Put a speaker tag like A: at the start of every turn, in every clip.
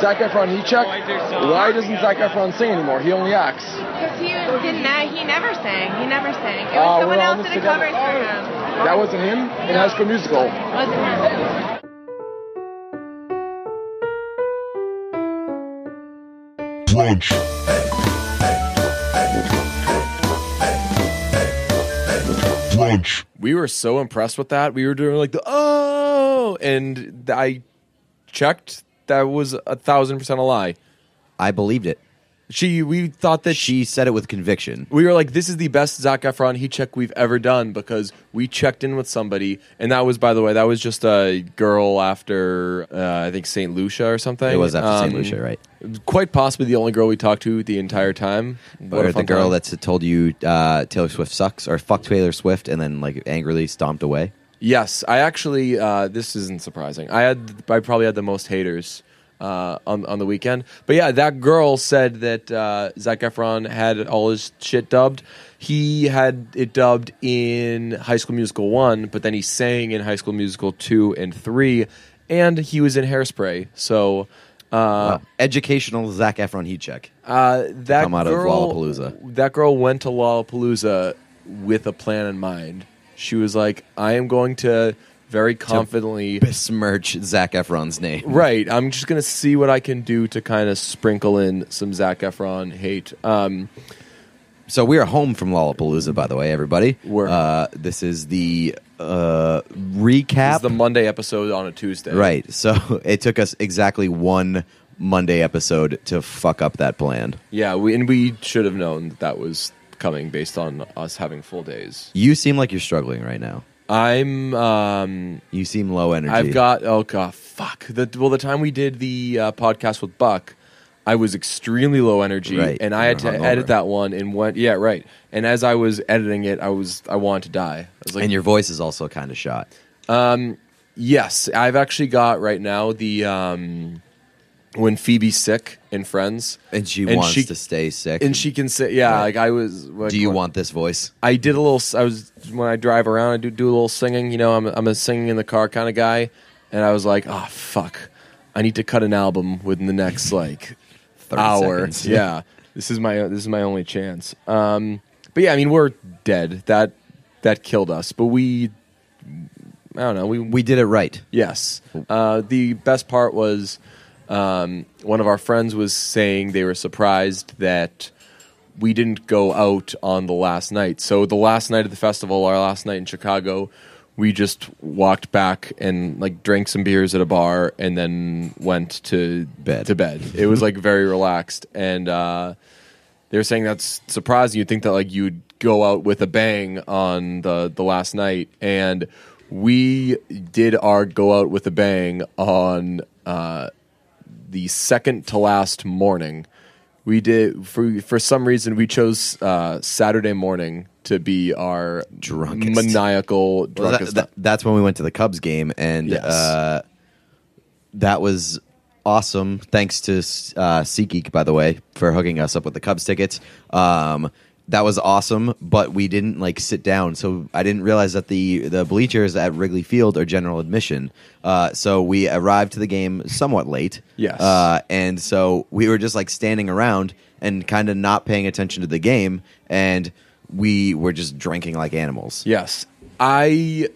A: Zac Efron, he checked. Why doesn't Zac Efron sing anymore? He only acts.
B: Because he was- didn't. know- He never sang. He never sang. It
A: Ah,
B: was
A: we're all in
B: someone else that
A: this
B: did
A: together.
B: covers for him.
A: That wasn't him in High School Musical.
B: Wasn't him.
C: Brunch. Brunch.
D: we were so impressed with that. We were doing like the oh, and th- I checked. That was a thousand percent a lie.
E: I believed it.
D: She, we thought that she.
E: She said it with conviction.
D: We were like, this is the best Zac Efron heat check we've ever done because we checked in with somebody, and that was, by the way, that was just a girl after uh, I think Saint Lucia or something. Um,
E: It was after St. Lucia, right?
D: Quite possibly the only girl we talked to the entire time. What a
E: Or the
D: fun
E: girl
D: time.
E: that's told you uh, Taylor Swift sucks or fuck Taylor Swift and then like angrily stomped away.
D: Yes, I actually. Uh, this isn't surprising. I had. I probably had the most haters uh, on on the weekend. But yeah, that girl said that uh, Zac Efron had all his shit dubbed. He had it dubbed in High School Musical one, but then he sang in High School Musical two and three, and he was in Hairspray. So. Uh,
E: Wow. Educational Zach Efron heat check.
D: uh, that
E: Come out of
D: girl,
E: Lollapalooza.
D: That girl went to Lollapalooza with a plan in mind. She was like, "I am going to very confidently
E: Besmirch Zach Efron's name.
D: Right. I'm just gonna see what I can do to kind of sprinkle in some Zac Efron hate. Um,
E: So we are home from Lollapalooza, by the way, everybody.
D: We're-
E: uh, this is the uh,
D: this
E: recap.
D: is the Monday episode on a Tuesday.
E: right. So it took us exactly one Monday episode to fuck up that plan.
D: Yeah. We and we should have known that that was coming based on us having full days.
E: You seem like you're struggling right now.
D: I'm. Um,
E: You seem low energy.
D: I've got. Oh god. Fuck. The, well, the time we did the uh, podcast with Buck. I was extremely low energy,
E: Right,
D: and I
E: you
D: had to
E: were hungover.
D: edit that one. And went, yeah, right. And as I was editing it, I was, I wanted to die. I was like,
E: and your voice is also kind of shot.
D: Yes, I've actually got right now the um, when Phoebe's sick and Friends,
E: And she wants to stay sick.
D: and she can say, yeah,
E: Right.
D: like I was. Like,
E: Do you
D: when-
E: want this voice?
D: I did a little. s- I was when I drive around, I do do a little singing. You know, I'm I'm a singing in the car kind of guy, and I was like, oh fuck, I need to cut an album within the next like
E: 30
D: hour.
E: seconds.
D: Yeah, this is my this is my only chance. Um, but yeah, I mean, we're dead. That that killed us. But we, I don't know. We
E: We did it right.
D: Yes. Uh, the best part was um, one of our friends was saying they were surprised that we didn't go out on the last night. So the last night of the festival, our last night in Chicago, we just walked back and like drank some beers at a bar and then went to
E: Bed.
D: To bed. It was like very relaxed and uh, they were saying that's surprising. You'd think that like you'd go out with a bang on the the last night, and we did our go out with a bang on uh, the second to last morning. We did for for some reason we chose uh, Saturday morning to be our
E: Drunkest.
D: maniacal
E: Well, that-
D: drunkest.
E: that- that's when we went to the Cubs game, and
D: Yes.
E: uh, that was awesome. Thanks to uh, SeatGeek, by the way, for hooking us up with the Cubs tickets. Um, that was awesome, but we didn't like sit down, so I didn't realize that the the bleachers at Wrigley Field are general admission. Uh, so we arrived to the game somewhat late.
D: Yes.
E: uh, and so we were just like standing around and kind of not paying attention to the game, and we were just drinking like animals.
D: Yes. I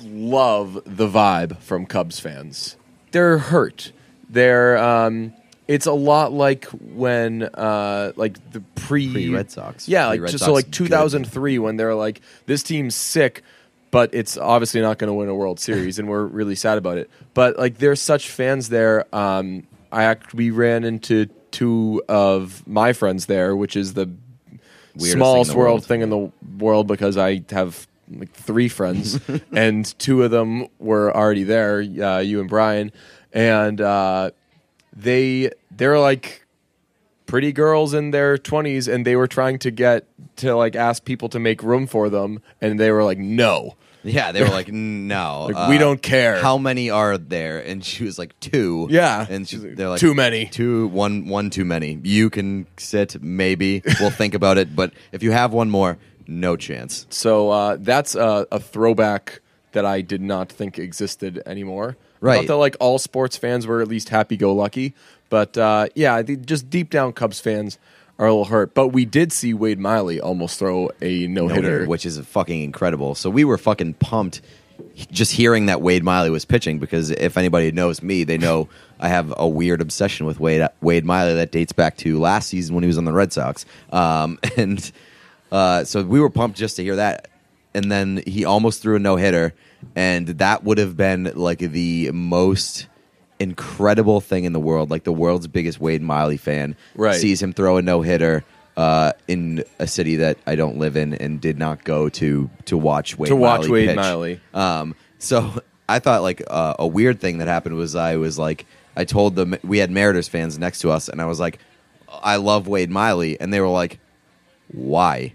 D: love the vibe from Cubs fans. They're hurt. They're um it's a lot like when uh like the pre
E: Pre-Red Sox.
D: Yeah, like
E: Pre-Red
D: just
E: Sox
D: so like
E: good.
D: 2003 when they're like this team's sick but it's obviously not going to win a World Series and we're really sad about it. But like there's such fans there um I act we ran into two of my friends there which is the smallest
E: Weirdest thing in the
D: world
E: world.
D: thing in the world because I have like three friends, and two of them were already there, uh, you and Brian, and uh, they they're like pretty girls in their twenties, and they were trying to get to like ask people to make room for them, and they were like, no.
E: Yeah, they were like, no,
D: Like, we don't care.
E: Uh, How many are there? And she was like, two.
D: Yeah.
E: and she,
D: She's like,
E: they're like,
D: "Too many."
E: two, one, one too many. You can sit, maybe we'll think about it. But if you have one more, no chance.
D: So uh, that's a, a throwback that I did not think existed anymore. I
E: Right.
D: thought that like all sports fans were at least happy go lucky, but uh, yeah, I think just deep down Cubs fans are a little hurt. But we did see Wade Miley almost throw a no hitter,
E: which is fucking incredible. So we were fucking pumped just hearing that Wade Miley was pitching because if anybody knows me, they know I have a weird obsession with Wade Wade Miley that dates back to last season when he was on the Red Sox. Um, and uh, so we were pumped just to hear that. And then he almost threw a no hitter, and that would have been like the most incredible thing in the world. Like the world's biggest Wade Miley fan
D: Right.
E: sees him throw a no hitter uh, in a city that I don't live in and did not go to to watch Wade
D: To watch
E: Miley
D: Wade
E: pitch.
D: Miley.
E: Um, so I thought like uh, a weird thing that happened was I was like I told them we had Mariners fans next to us and I was like I love Wade Miley and they were like why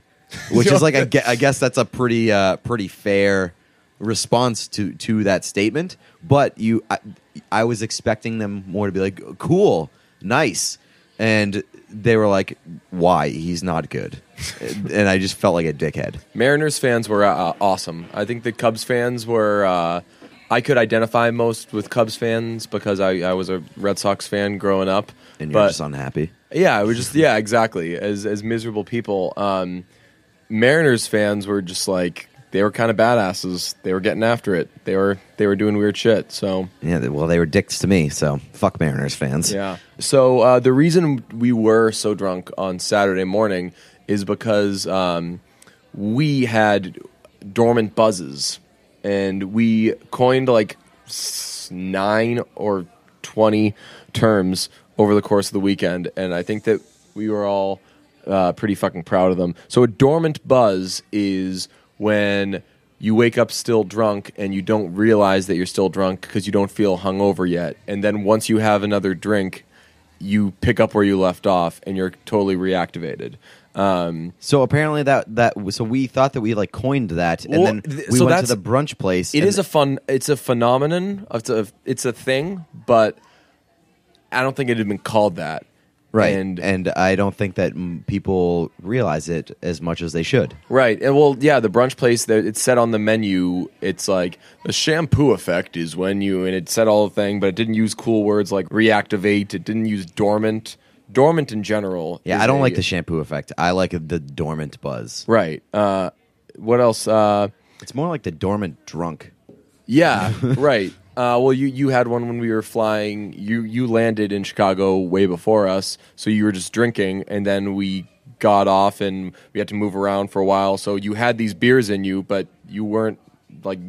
E: which is like I guess, I guess that's a pretty uh, pretty fair response to to that statement but you I, I was expecting them more to be like cool nice and they were like why he's not good and I just felt like a dickhead
D: Mariners fans were uh, awesome. I think the Cubs fans were. Uh, I could identify most with Cubs fans because I, I was a Red Sox fan growing up.
E: and you're
D: but-
E: just unhappy
D: yeah, it was just yeah, exactly. As as miserable people, um, Mariners fans were just like they were kind of badasses. They were getting after it. They were they were doing weird shit. So
E: Yeah, they- well, they were dicks to me, so fuck Mariners fans.
D: Yeah. So uh, the reason we were so drunk on Saturday morning is because um, we had dormant buzzes, and we coined like s- nine or twenty terms over the course of the weekend, and I think that we were all uh, pretty fucking proud of them. So a dormant buzz is when you wake up still drunk and you don't realize that you're still drunk because you don't feel hungover yet. And then once you have another drink, you pick up where you left off and you're totally reactivated. Um,
E: So apparently that that so we thought that we like coined that, and
D: Well,
E: then
D: th-
E: we
D: so
E: went to
D: that's-
E: the brunch place.
D: it
E: and-
D: is a fun. It's a phenomenon. It's a it's a thing, but I don't think it had been called that.
E: right,
D: And,
E: and and I don't think that mm, people realize it as much as they should.
D: Right. And well, yeah, the brunch place that it said on the menu, it's like the shampoo effect is when you and it said all the thing, but it didn't use cool words like reactivate, it didn't use dormant. Dormant in general.
E: Yeah,
D: is
E: I don't
D: a-
E: like the shampoo effect. I like the dormant buzz.
D: Right. Uh what else? Uh
E: It's more like the dormant drunk.
D: yeah, right. Uh well you you had one when we were flying. You you landed in Chicago way before us, so you were just drinking and then we got off and we had to move around for a while. So you had these beers in you, but you weren't like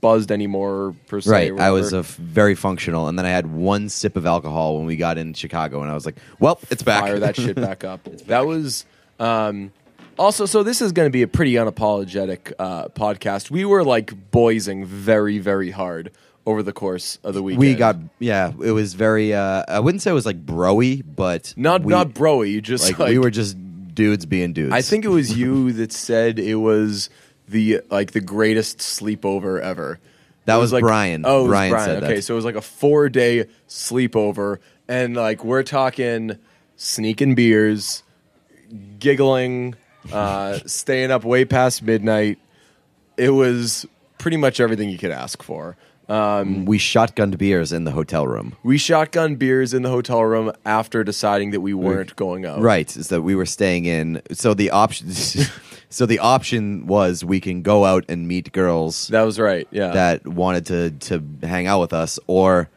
D: buzzed anymore per se.
E: Right,
D: or
E: I was
D: whatever.
E: a f- very functional, and then I had one sip of alcohol when we got in Chicago, and I was like, "Well, it's back."
D: fire that shit back up. That was um, also so. This is going to be a pretty unapologetic uh, podcast. We were like boysing very, very hard over the course of the weekend.
E: we got yeah. It was very. Uh, I wouldn't say it was like broy, but
D: not
E: we-
D: not broy. You just
E: like,
D: like,
E: we were just dudes being dudes.
D: I think it was you that said it was the like the greatest sleepover ever.
E: That
D: It
E: was Brian.
D: Oh, it was
E: Brian
D: Brian.
E: said that.
D: okay, so it was like a four day sleepover, and like we're talking sneaking beers, giggling, uh, staying up way past midnight. It was pretty much everything you could ask for. Um,
E: we shotgunned beers in the hotel room.
D: we shotgun beers in the hotel room after deciding that we weren't going out.
E: Right, is that we were staying in. So the option, so the option was we can go out and meet girls
D: That uh, was right. Yeah.
E: that wanted to to hang out with us, or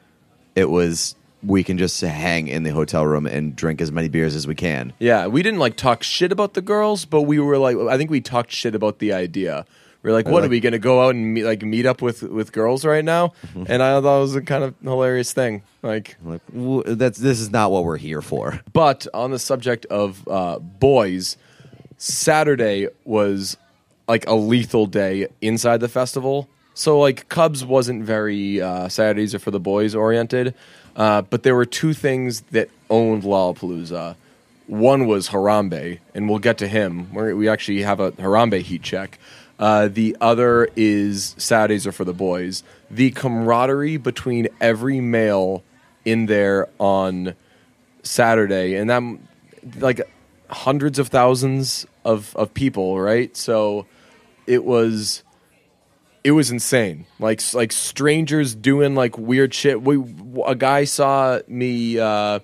E: it was we can just hang in the hotel room and drink as many beers as we can.
D: Yeah, we didn't like talk shit about the girls, but we were like, I think we talked shit about the idea. We are like, what are
E: like-
D: we gonna go out and meet, like meet up with with girls right now? and I thought it was a kind of hilarious thing. Like,
E: Like w- that's this is not what we're here for.
D: but on the subject of uh, boys, Saturday was like a lethal day inside the festival. So like Cubs wasn't very uh, Saturdays are for the boys oriented, uh, but there were two things that owned Lollapalooza. One was Harambe, and we'll get to him. We're, we actually have a Harambe heat check. Uh, the other is Saturdays are for the boys. The camaraderie between every male in there on Saturday, and I'm like hundreds of thousands of, of people, right? So it was it was insane. Like s- like strangers doing like weird shit. We a guy saw me. Uh,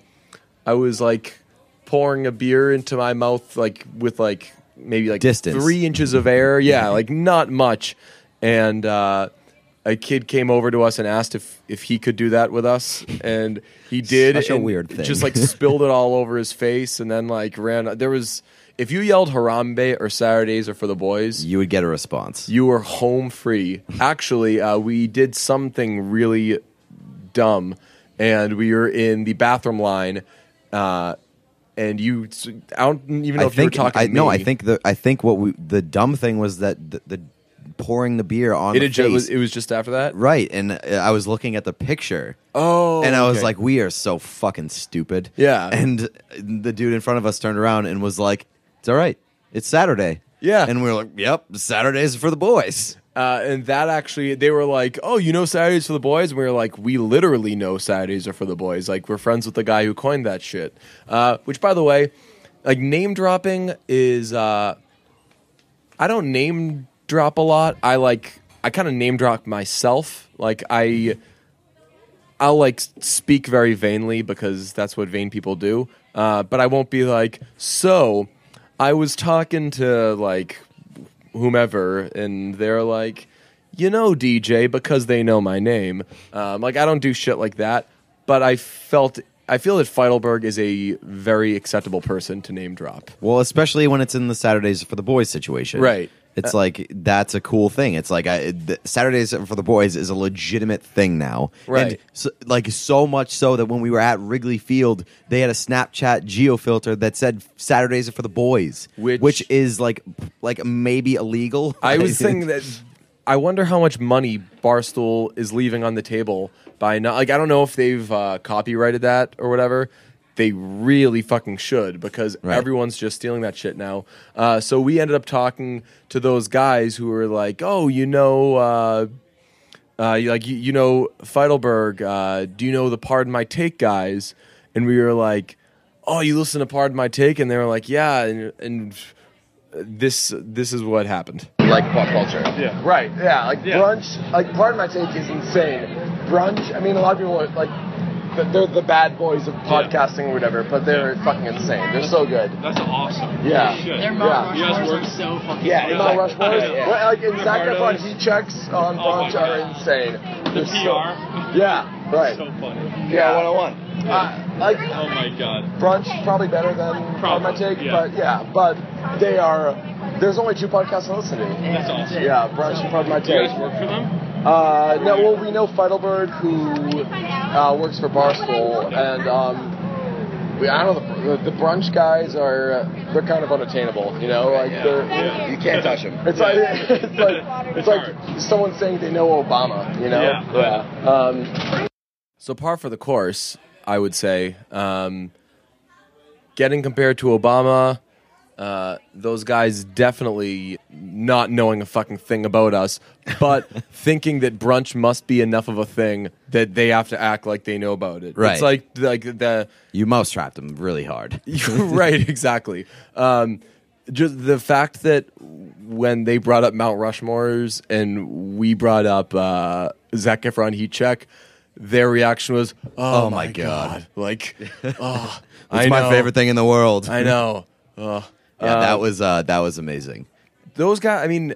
D: I was like pouring a beer into my mouth, like with like maybe like
E: Distance.
D: three inches of air. Yeah, like not much. And uh, a kid came over to us and asked if if he could do that with us, and he did.
E: Such a
D: and
E: weird thing.
D: Just like spilled it all over his face, and then like ran. There was. If you yelled Harambe or Saturdays or for the boys,
E: you would get a response.
D: you were home free. Actually, uh, we did something really dumb, and we were in the bathroom line, uh, and you. I don't even know
E: I
D: if you were
E: think
D: talking.
E: I
D: to
E: no,
D: me.
E: I think the I think what we the dumb thing was that the, the pouring the beer on
D: it,
E: the
D: had ju- it
E: face.
D: was, it was just after that.
E: right, and uh, I was looking at the picture.
D: Oh,
E: and I was
D: okay.
E: like, "We are so fucking stupid."
D: Yeah.
E: And the dude in front of us turned around and was like, "It's all right. It's Saturday."
D: Yeah.
E: And we were like, "Yep, Saturdays are for the boys."
D: uh, and that actually, they were like, "Oh, you know Saturdays for the boys," and we were like, "We literally know Saturdays are for the boys. Like, we're friends with the guy who coined that shit." Uh, which, by the way, like name dropping is. Uh, I don't name drop a lot. I like I kind of name drop myself. Like I I'll like s- speak very vainly because that's what vain people do. Uh, but I won't be like, so I was talking to like whomever, and they're like, you know, DJ, because they know my name. Um, like I don't do shit like that. But I felt I feel that Feidelberg is a very acceptable person to name drop.
E: Well, especially when it's in the Saturdays for the boys situation.
D: Right.
E: It's like that's a cool thing. It's like I, the Saturdays for the boys is a legitimate thing now.
D: Right.
E: And so, like so much so that when we were at Wrigley Field, they had a Snapchat geo filter that said Saturdays are for the boys,
D: Which-
E: which is like like maybe illegal.
D: I was thinking that I wonder how much money Barstool is leaving on the table by not like I don't know if they've uh, copyrighted that or whatever. They really fucking should because
E: Right.
D: everyone's just stealing that shit now. Uh, so we ended up talking to those guys who were like, "Oh, you know, uh, uh, you- like you, you know Feidelberg, uh, do you know the Pardon My Take guys? And we were like, oh, you listen to Pardon My Take? And they were like, yeah. And, and this this is what happened.
A: Like pop culture.
F: Yeah.
A: Right. Yeah. Like
F: Yeah.
A: brunch. Like part of my take is insane. Brunch. I mean, a lot of people are like, th- they're the bad boys of podcasting or whatever, but they're fucking insane. They're so good.
F: That's awesome.
A: Yeah.
F: Shit.
G: Their
A: Yeah.
G: Mount
F: You guys
G: Rushmores
F: work-
G: are so fucking
A: Yeah,
G: funny.
A: in all Rushmore.
F: Yeah.
A: Well, like in
F: Yeah.
A: Zac Efron,
F: Pardos.
A: he checks on
F: Oh my
A: brunch are
F: God.
A: insane.
F: The
A: They're so-
F: PR.
A: yeah. Right.
F: So funny.
A: yeah. 101. Uh, like.
F: Oh my god.
A: Brunch probably better than Probably,
F: Probably,
A: Take,
F: yeah.
A: but yeah, but they are. There's only two podcasts I listen to.
F: That's awesome.
A: Yeah, Brunch and Probably My
F: Do you
A: Take.
F: guys work for them?
A: Uh, no, well, we know Feidelberg who uh, works for Barstool, and um, we, I don't know the, the brunch guys are uh, they're kind of unattainable, you know, like they're.
F: Yeah.
H: You can't touch them.
A: It's like it's like
F: It's
A: it's like
F: hard.
A: someone saying they know Obama, you know?
F: Yeah.
A: yeah. Um,
D: So par for the course, I would say. Um, getting compared to Obama, uh, those guys definitely not knowing a fucking thing about us, but thinking that brunch must be enough of a thing that they have to act like they know about it.
E: Right.
D: It's like like the
E: you mousetrapped him really hard.
D: right, exactly. Um, just the fact that when they brought up Mount Rushmore's and we brought up uh, Zac Efron heat check, their reaction was, "Oh, my god. Like, oh,
E: It's
D: I
E: my
D: know,
E: favorite thing in the world.
D: I know. Ugh.
E: Yeah,
D: Uh,
E: that was uh, that was amazing.
D: those guys. I mean,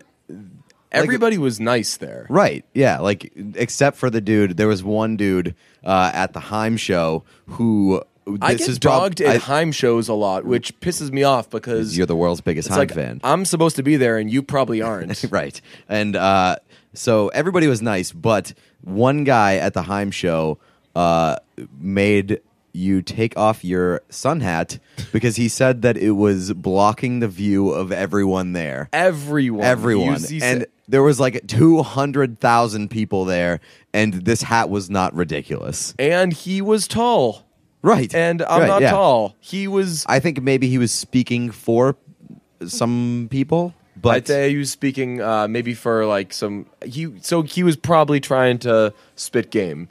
D: everybody was nice there.
E: Right. Yeah. Like, except for the dude, there was one dude uh, at the Heim show who. This
D: I get
E: is prob-
D: dogged
E: I-
D: at Heim shows a lot, which pisses me off because
E: You're the world's biggest
D: it's
E: Heim
D: like
E: fan.
D: I'm supposed to be there and you probably aren't.
E: right. And uh, so everybody was nice, but one guy at the Heim show uh, made you take off your sun hat because he said that it was blocking the view of everyone there.
D: Everyone,
E: everyone.
D: You- you said-
E: and there was like 200,000 people there, and this hat was not ridiculous.
D: and he was tall.
E: Right.
D: And I'm
E: Right,
D: not
E: yeah.
D: tall. He was.
E: I think maybe he was speaking for some people, but
D: I'd say he was speaking uh, maybe for like some. He so he was probably trying to spit game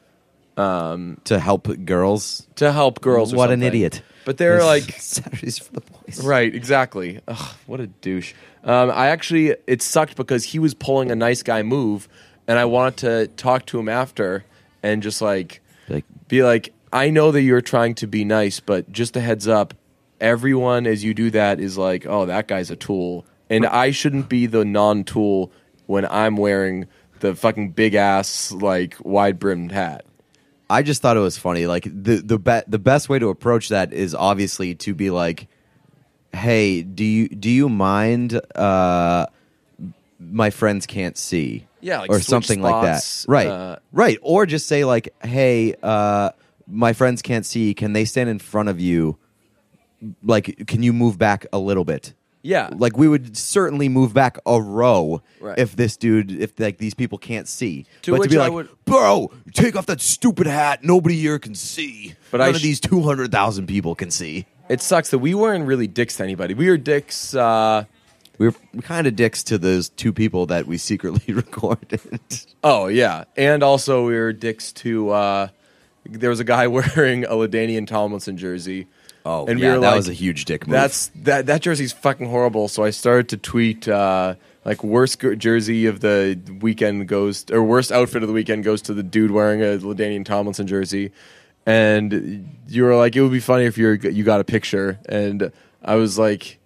E: to help girls.
D: to help girls. or
E: What an
D: something.
E: idiot.
D: But they're like
E: Saturdays for the boys.
D: Right, exactly. Ugh, what a douche. Um, I actually, it sucked because he was pulling a nice guy move, and I wanted to talk to him after and just like
E: Like,
D: be like, I know that you're trying to be nice, but just a heads up, everyone as you do that is like, oh, that guy's a tool, and I shouldn't be the non-tool when I'm wearing the fucking big ass like wide brimmed hat.
E: I just thought it was funny. Like the the be- the best way to approach that is obviously to be like, "Hey, do you do you mind? Uh, my friends can't see,
D: Yeah, like
E: or
D: switch
E: something
D: spots,
E: like that, right?
D: uh,
E: right, or just say like, "Hey, uh, my friends can't see. Can they stand in front of you? Like, can you move back a little bit?
D: Yeah,
E: Like, we would certainly move back a row
D: Right.
E: if this dude, if like these people can't see.
D: To
E: but
D: which
E: to be
D: I
E: like,
D: would-
E: bro, take off that stupid hat. Nobody here can see.
D: But
E: None
D: I
E: of
D: sh-
E: these two hundred thousand people can see.
D: it sucks that we weren't really dicks to anybody. We were dicks. Uh,
E: We We're kind of dicks to those two people that we secretly recorded.
D: Oh yeah, and also we were dicks to. Uh, there was a guy wearing a Ladanian Tomlinson jersey. and we were
E: Oh, that
D: like,
E: was a huge dick move.
D: That's that that jersey's fucking horrible. So I started to tweet uh, like worst g- jersey of the weekend goes or worst outfit of the weekend goes to the dude wearing a Ladanian Tomlinson jersey. And you were like, it would be funny if you are you got a picture. And I was like,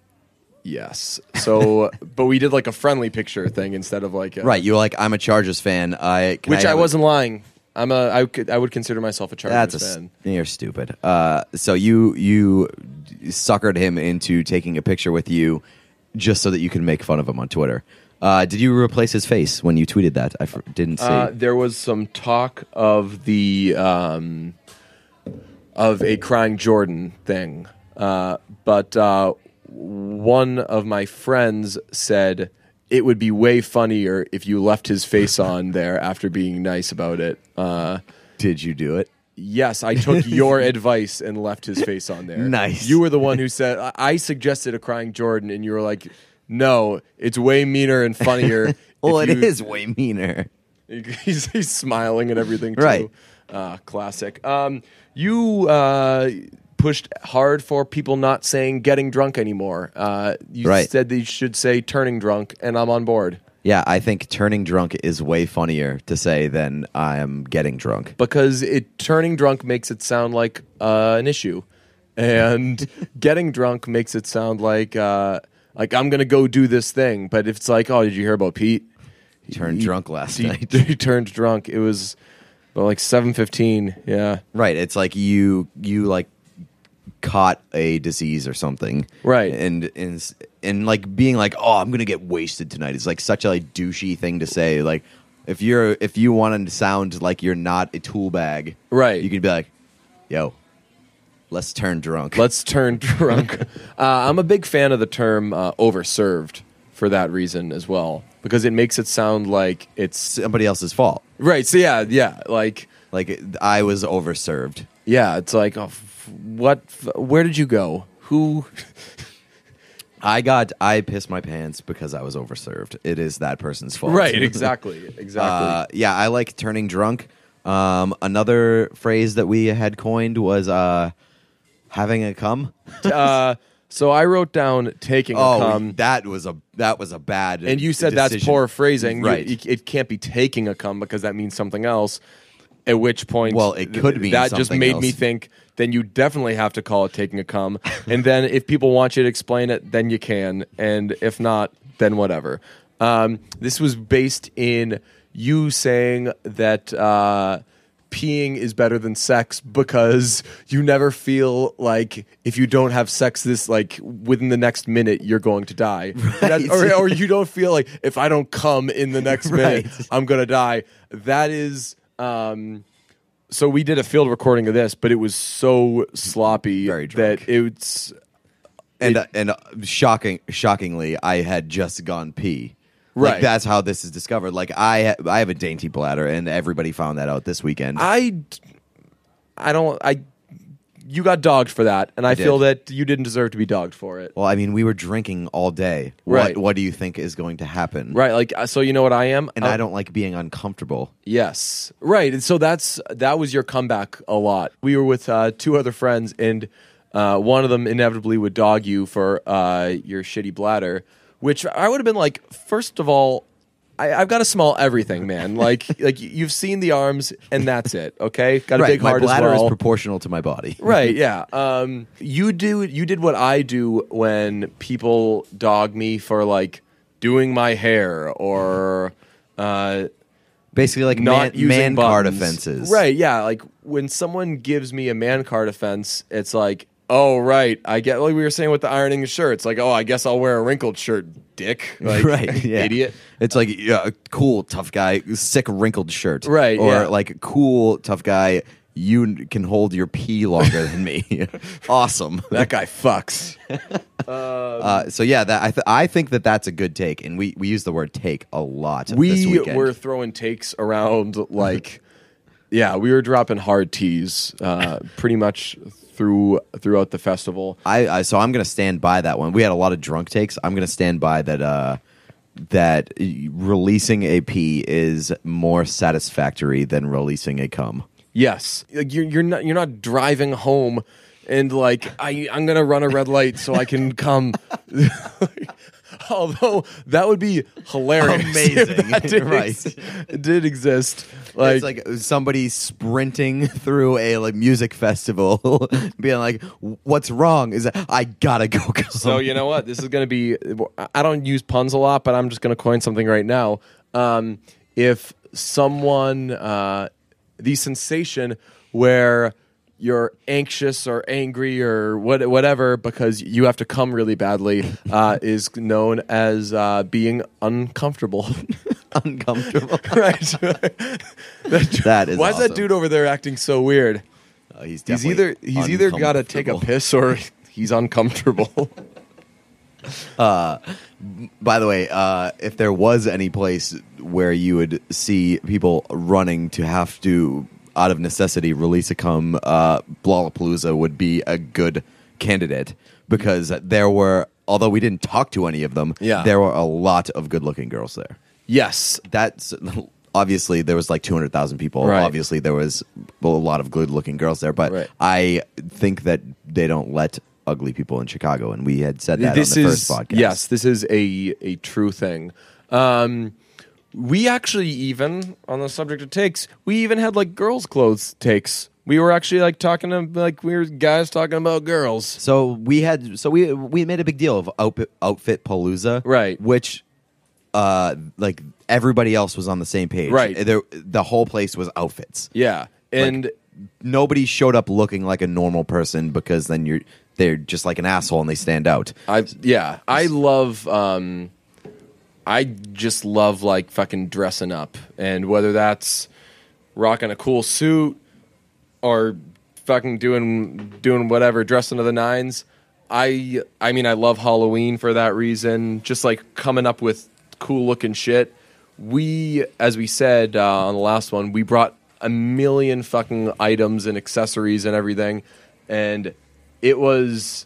D: yes. So, but we did like a friendly picture thing instead of like a,
E: right. You're like, I'm a Chargers fan. I can
D: which I,
E: have a-
D: wasn't lying. I'm a I could I would consider myself a Chargers
E: That's a
D: fan.
E: s- you're stupid. Uh, so you you suckered him into taking a picture with you just so that you can make fun of him on Twitter. Uh, did you replace his face when you tweeted that? I f- didn't see.
D: Uh, there was some talk of the um, of a crying Jordan thing, uh, but uh, one of my friends said it would be way funnier if you left his face on there after being nice about it. Uh,
E: did you do it?
D: Yes, I took your advice and left his face on there.
E: Nice.
D: You were the one who said I- I suggested a crying Jordan, and you were like, "No, it's way meaner and funnier."
E: Well,
D: if
E: it
D: you-
E: is way meaner.
D: He's, he's smiling and everything. Too.
E: Right.
D: Uh, classic. Um, you uh, pushed hard for people not saying getting drunk anymore. Uh, you
E: Right.
D: said they should say turning drunk, and I'm on board
E: Yeah, I think turning drunk is way funnier to say than I'm getting drunk.
D: because it turning drunk makes it sound like uh, an issue, and getting drunk makes it sound like uh, like I'm gonna go do this thing. But if it's like, oh, did you hear about Pete?
E: Turned
D: He-
E: drunk last
D: he,
E: night.
D: He turned drunk. It was. But like seven fifteen, yeah.
E: Right. It's like you you like caught a disease or something.
D: Right.
E: And and and like being like, "Oh, I'm going to get wasted tonight." is like such a like douchey thing to say. Like if you're if you want to sound like you're not a tool bag,
D: Right.
E: You could be like, "Yo, let's turn drunk."
D: Let's turn drunk. uh, I'm a big fan of the term uh, overserved for that reason as well, because it makes it sound like it's
E: somebody else's fault.
D: right. So yeah, yeah, like
E: Like I was overserved.
D: yeah, it's like oh, f- what? F- where did you go? Who?
E: I got I pissed my pants because I was overserved. It is that person's fault.
D: Right, exactly, exactly.
E: Uh, yeah, I like turning drunk. Um, another phrase that we had coined was uh, having a cum.
D: Uh, so I wrote down taking
E: Oh,
D: a cum,
E: that was a that was a bad.
D: and you said that's
E: decision.
D: poor phrasing. You-
E: right?
D: it- it can't be taking a cum because that means something else. At which point,
E: Well, it could
D: th-
E: mean
D: that just
E: something
D: made me
E: else.
D: think. Then you definitely have to call it taking a cum, and then if people want you to explain it, then you can, and if not, then whatever. Um, this was based in you saying that uh, peeing is better than sex because you never feel like if you don't have sex this like within the next minute you're going to die, That- or, or you don't feel like if I don't come in the next minute
E: Right.
D: I'm gonna die. That is. Um, so we did a field recording of this, but it was so sloppy
E: Very drunk.
D: that it's
E: and uh, and uh, shocking shockingly i had just gone pee
D: Right.
E: like that's how this is discovered like i ha- i have a dainty bladder and everybody found that out this weekend
D: I I don't I you got dogged for that, and I,
E: did.
D: feel that you didn't deserve to be dogged for it.
E: well i mean we were drinking all day
D: Right.
E: what, what do you think is going to happen
D: Right, like uh, so you know what I am,
E: and
D: I'm-
E: i don't like being uncomfortable
D: Yes, right. And so that's that was your comeback a lot. We were with uh, two other friends, and Uh, one of them inevitably would dog you for uh, your shitty bladder, which I would have been like, first of all, I, I've got a small everything, man. Like, like you've seen the arms, and that's it. Okay, got a
E: right,
D: big
E: my
D: heart as
E: bladder
D: well.
E: is proportional to my body.
D: Right, yeah. Um, you do you did what I do when people dog me for like doing my hair or uh,
E: Basically, like
D: not
E: man,
D: using
E: man card
D: buttons.
E: offenses.
D: Right, yeah. Like when someone gives me a man card offense, it's like, oh right, I get like we were saying with the ironing the shirts, like, oh I guess I'll wear a wrinkled shirt, dick. Like
E: right. Yeah.
D: idiot.
E: It's like yeah, cool tough guy, sick wrinkled shirt.
D: Right,
E: Or
D: yeah.
E: like cool tough guy, you n- can hold your pee longer than me. awesome.
D: That guy fucks.
E: Uh, so yeah, that I th- I think that that's a good take, and we we use the word take a lot. this
D: we
E: weekend.
D: were throwing takes around like yeah we were dropping hard tees uh, pretty much through throughout the festival
E: I, I so I'm gonna stand by that one. We had a lot of drunk takes. I'm gonna stand by that. Uh, that releasing a pee is more satisfactory than releasing a cum.
D: yes like you're, you're not you're not driving home and like I, i'm gonna run a red light so i can come although that would be hilarious if
E: Amazing.
D: that did,
E: Right.
D: ex- did exist like,
E: it's like somebody sprinting through a like music festival, being like, "What's wrong?" Is that I gotta go. Cum.
D: So you know what? This is going to be. I don't use puns a lot, but I'm just going to coin something right now. Um, if someone, uh, the sensation where you're anxious or angry or what, whatever because you have to come really badly uh, is known as uh, being uncomfortable.
E: uncomfortable.
D: right. That-
E: That is
D: Why is
E: awesome.
D: that dude over there acting so weird?
E: Uh, he's
D: He's either
E: definitely
D: he's either got to take a
E: uncomfortable.
D: piss or he's uncomfortable.
E: By the way, uh, if there was any place where you would see people running to have to, out of necessity, release a cum, uh, Lollapalooza would be a good candidate because there were, although we didn't talk to any of them,
D: Yeah.
E: there were a lot of good-looking girls there.
D: yes,
E: That's obviously there was like two hundred thousand people.
D: Right.
E: Obviously there was a lot of good-looking girls there, but
D: Right.
E: I think that they don't let ugly people in Chicago, and we had said that
D: this
E: on the
D: is
E: first podcast.
D: yes, this is a a true thing. Um, we actually even on the subject of takes, we even had like girls' clothes takes. We were actually like talking to like we were guys talking about girls.
E: So we had so we we made a big deal of outfit outfit palooza,
D: Right.
E: Which, uh, like everybody else was on the same page,
D: Right.
E: There, the whole place was outfits.
D: Yeah, and
E: Nobody showed up looking like a normal person because then you're they're just like an asshole and they stand out.
D: I yeah, I love um I just love like fucking dressing up and whether that's rocking a cool suit or fucking doing doing whatever dressing to the nines. I I mean I love Halloween for that reason, just like coming up with cool looking shit. We as we said uh, on the last one, we brought a million fucking items and accessories and everything and it was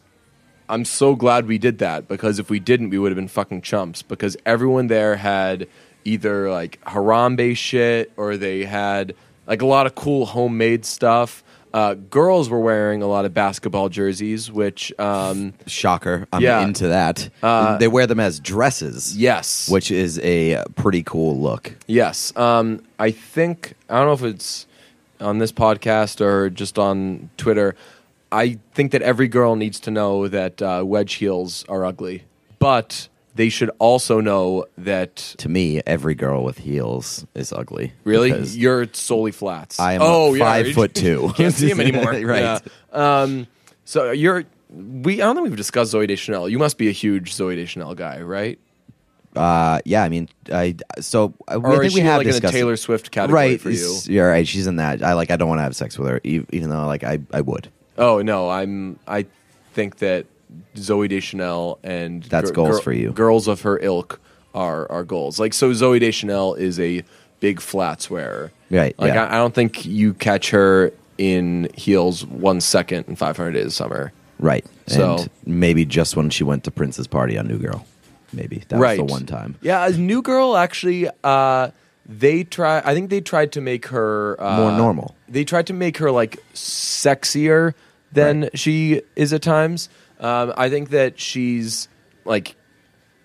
D: I'm so glad we did that because if we didn't, we would have been fucking chumps because everyone there had either like Harambe shit or they had like a lot of cool homemade stuff. Uh, girls were wearing a lot of basketball jerseys, which, um,
E: Shocker! I'm
D: Yeah.
E: into that.
D: Uh,
E: they wear them as dresses,
D: yes.
E: which is a pretty cool look.
D: Yes. Um, I think, I don't know if it's on this podcast or just on Twitter. I think that every girl needs to know that uh, wedge heels are ugly, but they should also know that
E: To me, every girl with heels is ugly.
D: Really?
E: Because
D: You're solely flats.
E: I am
D: oh, yeah.
E: five foot two.
D: Can't see him anymore.
E: Right.
D: Yeah. Um, so you're. We I don't think we've discussed Zoe Deschanel. You must be a huge Zoe Deschanel guy, right?
E: Uh, yeah, I mean, I so I,
D: Or
E: I think
D: is
E: we
D: she
E: have
D: like in a
E: discussed
D: Taylor
E: it.
D: Swift category
E: right,
D: for you?
E: s- Yeah, right. She's in that. I like. I don't want to have sex with her, e- even though like I, I would.
D: Oh no, I'm. I think that Zoe Deschanel and
E: That's goals for you.
D: Girls of her ilk are are goals. Like so, Zoe Deschanel is a big flats wearer.
E: Right,
D: Like
E: yeah.
D: I, I don't think you catch her in heels one second in 500 Days of Summer.
E: Right.
D: So-
E: and maybe just when she went to Prince's party on New Girl, maybe that was the one time.
D: Yeah, as New Girl actually, uh, they try. I think they tried to make her uh,
E: More normal.
D: They tried to make her like sexier than she is at times. Um, I think that she's like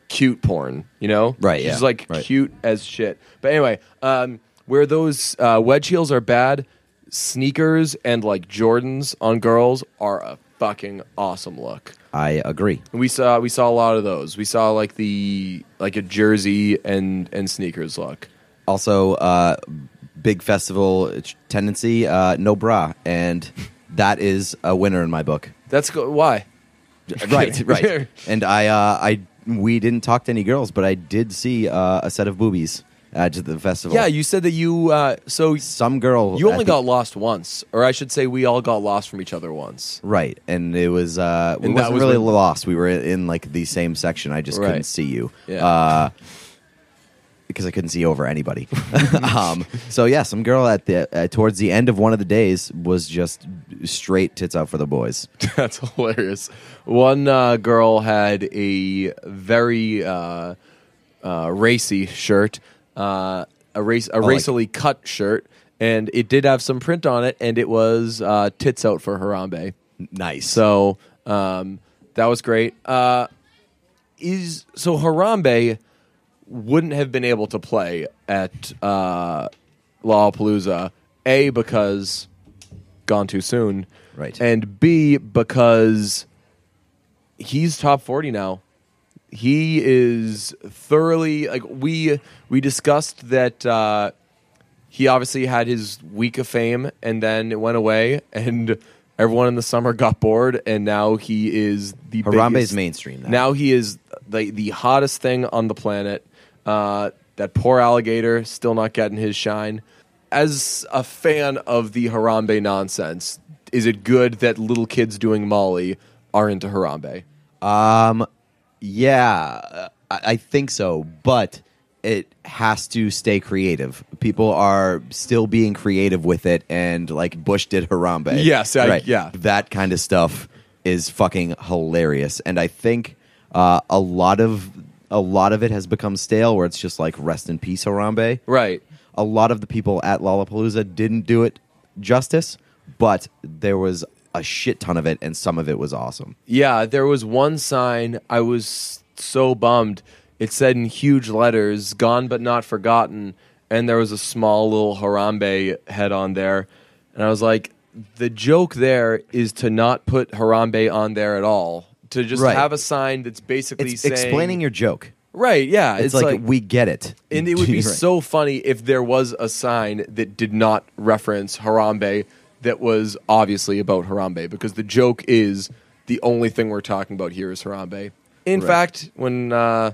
D: cute porn, you know?
E: Right,
D: She's
E: yeah,
D: like
E: right.
D: cute as shit. But anyway, um, where those uh, wedge heels are bad, sneakers and like Jordans on girls are a fucking awesome look.
E: I agree.
D: And we saw we saw a lot of those. We saw like the like a jersey and and sneakers look.
E: Also, uh, big festival t- tendency, uh, no bra, and that is a winner in my book.
D: That's go- why.
E: Right, right. And I, uh, I, we didn't talk to any girls, but I did see uh, a set of boobies at the festival.
D: Yeah, you said that you uh so
E: some girl.
D: you
E: at
D: only
E: the-
D: got lost once, or I should say we all got lost from each other once.
E: Right, and it was uh, we
D: And that
E: wasn't
D: was
E: really
D: when-
E: lost. We were in like the same section. I just couldn't
D: Right.
E: see you
D: Yeah.
E: uh, because I couldn't see over anybody. um, so yeah, some girl at the uh, towards the end of one of the days was just straight tits out for the boys.
D: That's hilarious. One uh, girl had a very uh, uh, racy shirt, uh, a race, a
E: like-
D: racily cut shirt, and it did have some print on it, and it was uh, tits out for Harambe.
E: Nice.
D: So um, that was great. Uh, is so Harambe wouldn't have been able to play at uh, Lollapalooza, a because gone too soon,
E: Right.
D: and b because he's top forty now. He is thoroughly like we we discussed that. Uh, he obviously had his week of fame and then it went away and everyone in the summer got bored and now he is the
E: Harambe's
D: biggest-
E: mainstream now.
D: now he is the the hottest thing on the planet uh, that poor alligator still not getting his shine as a fan of the Harambe nonsense is it good that little kids doing Molly are into Harambe
E: Yeah, uh, I, I think so, but it has to stay creative. People are still being creative with it, and like Bush did Harambe.
D: Yes, I- yeah.
E: That kind of stuff is fucking hilarious, and I think uh, a lot of a lot of it has become stale, where it's just like rest in peace, Harambe.
D: right
E: A lot of the people at Lollapalooza didn't do it justice, but there was a shit ton of it, and some of it was awesome.
D: Yeah, there was one sign I was so bummed. It said in huge letters, gone but not forgotten, and there was a small little Harambe head on there. And I was like, the joke there is to not put Harambe on there at all. To just
E: Right.
D: have a sign that's basically
E: It's
D: saying
E: explaining your joke.
D: Right, yeah.
E: it's, like, we get it.
D: and it would be
E: Right.
D: so funny if there was a sign that did not reference Harambe that was obviously about Harambe because the joke is the only thing we're talking about here is Harambe. In
E: Right.
D: fact, when uh,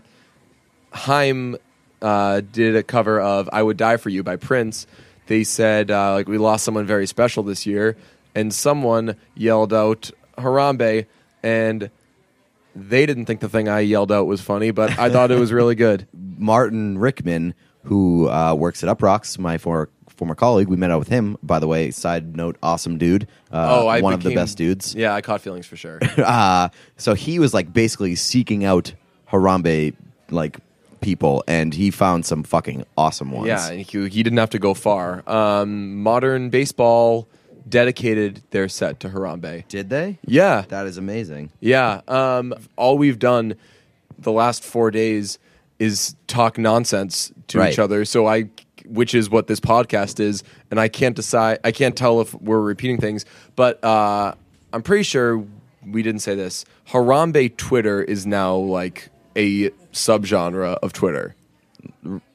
D: Haim uh, did a cover of "I Would Die for You" by Prince, they said uh, like we lost someone very special this year, and someone yelled out Harambe, and they didn't think the thing I yelled out was funny, but I thought it was really good.
E: Martin Rickman, who uh, works at Uprocks, my for, former colleague, we met up with him. By the way, side note, awesome dude. Uh,
D: oh, I
E: one of the
D: became-
E: best dudes.
D: Yeah, I caught feelings for sure.
E: Uh, so he was like basically seeking out Harambe like people, and he found some fucking awesome ones.
D: yeah, and he, he didn't have to go far. Um, modern baseball dedicated their set to Harambe.
E: Did they?
D: Yeah,
E: That is amazing.
D: yeah. Um, all we've done the last four days is talk nonsense to
E: Right.
D: each other. So I, which is what this podcast is, and I can't decide. I can't tell if we're repeating things, but uh, I'm pretty sure we didn't say this. Harambe Twitter is now like a subgenre of Twitter.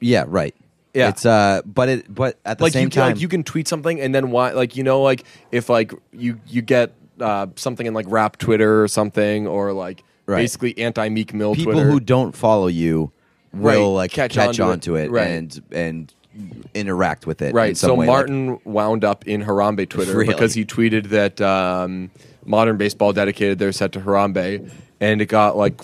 E: Yeah, right.
D: Yeah.
E: It's uh, but it but at the
D: like
E: same
D: you can,
E: time,
D: like you can tweet something and then why like you know like if like you you get uh, something in like rap Twitter or something or like
E: Right.
D: basically anti Meek Mill
E: people
D: Twitter.
E: who don't follow you will
D: Right,
E: like catch,
D: catch
E: onto,
D: onto
E: it,
D: it, right.
E: and and interact with it. in
D: right.
E: some
D: So
E: way, like-
D: Martin wound up in Harambe Twitter
E: Really?
D: because he tweeted that um, modern baseball dedicated their set to Harambe and it got like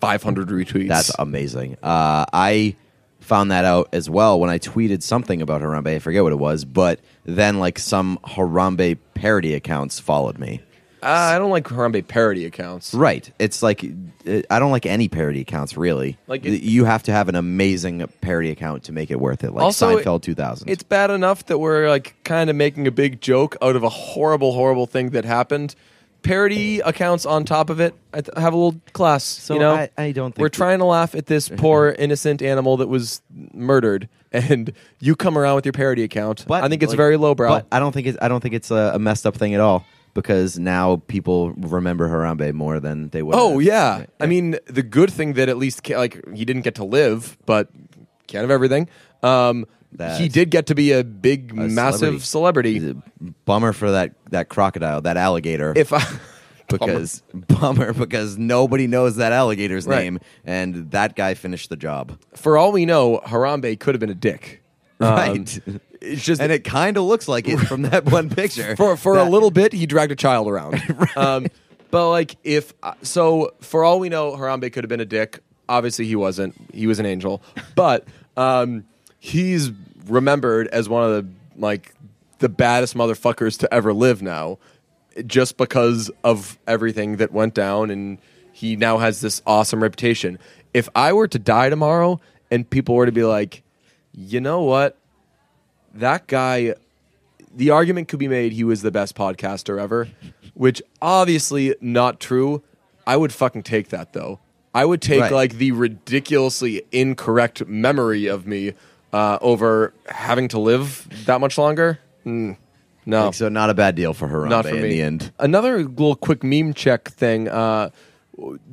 D: 500 retweets.
E: That's amazing. Uh, I found that out as well when I tweeted something about Harambe. I forget what it was, but then like some Harambe parody accounts followed me.
D: uh, I don't like Harambe parody accounts.
E: Right. It's like uh, I don't like any parody accounts really.
D: Like it-
E: you have to have an amazing parody account to make it worth it. Like
D: Also, it-
E: Seinfeld 2000.
D: It's bad enough that we're like kind of making a big joke out of a horrible, horrible thing that happened. parody accounts on top of it. I th- have a little class.
E: So
D: you know,
E: I- I don't think
D: we're
E: we-
D: trying to laugh at this poor innocent animal that was murdered, and you come around with your parody account.
E: But
D: I think it's
E: like-
D: very lowbrow.
E: But I don't think it's I don't think it's a, a messed up thing at all because now people remember Harambe more than they would.
D: Oh
E: have.
D: yeah. I mean, the good thing that at least Ca- like he didn't get to live, but can of everything. Um,
E: That-
D: he did get to be a big,
E: A
D: massive
E: celebrity.
D: celebrity.
E: Bummer for that that crocodile, that alligator.
D: If I
E: because bummer. because nobody knows that alligator's
D: Right.
E: name, and that guy finished the job.
D: for all we know, Harambe could have been a dick. Um,
E: Right.
D: It's just
E: and it kind of looks like it from that one picture.
D: for for
E: That-
D: a little bit he dragged a child around um, but like if uh, so for all we know harambe could have been a dick obviously he wasn't he was an angel but um, he's remembered as one of the like the baddest motherfuckers to ever live now just because of everything that went down and he now has this awesome reputation if i were to die tomorrow and people were to be like you know what that guy the argument could be made he was the best podcaster ever, which obviously not true. I would fucking take that though. I would take
E: Right.
D: like the ridiculously incorrect memory of me uh, over having to live that much longer. Mm, no,
E: Like, so not a bad deal for Harambe
D: not for
E: in
D: me.
E: the end.
D: Another little quick meme check thing. Uh,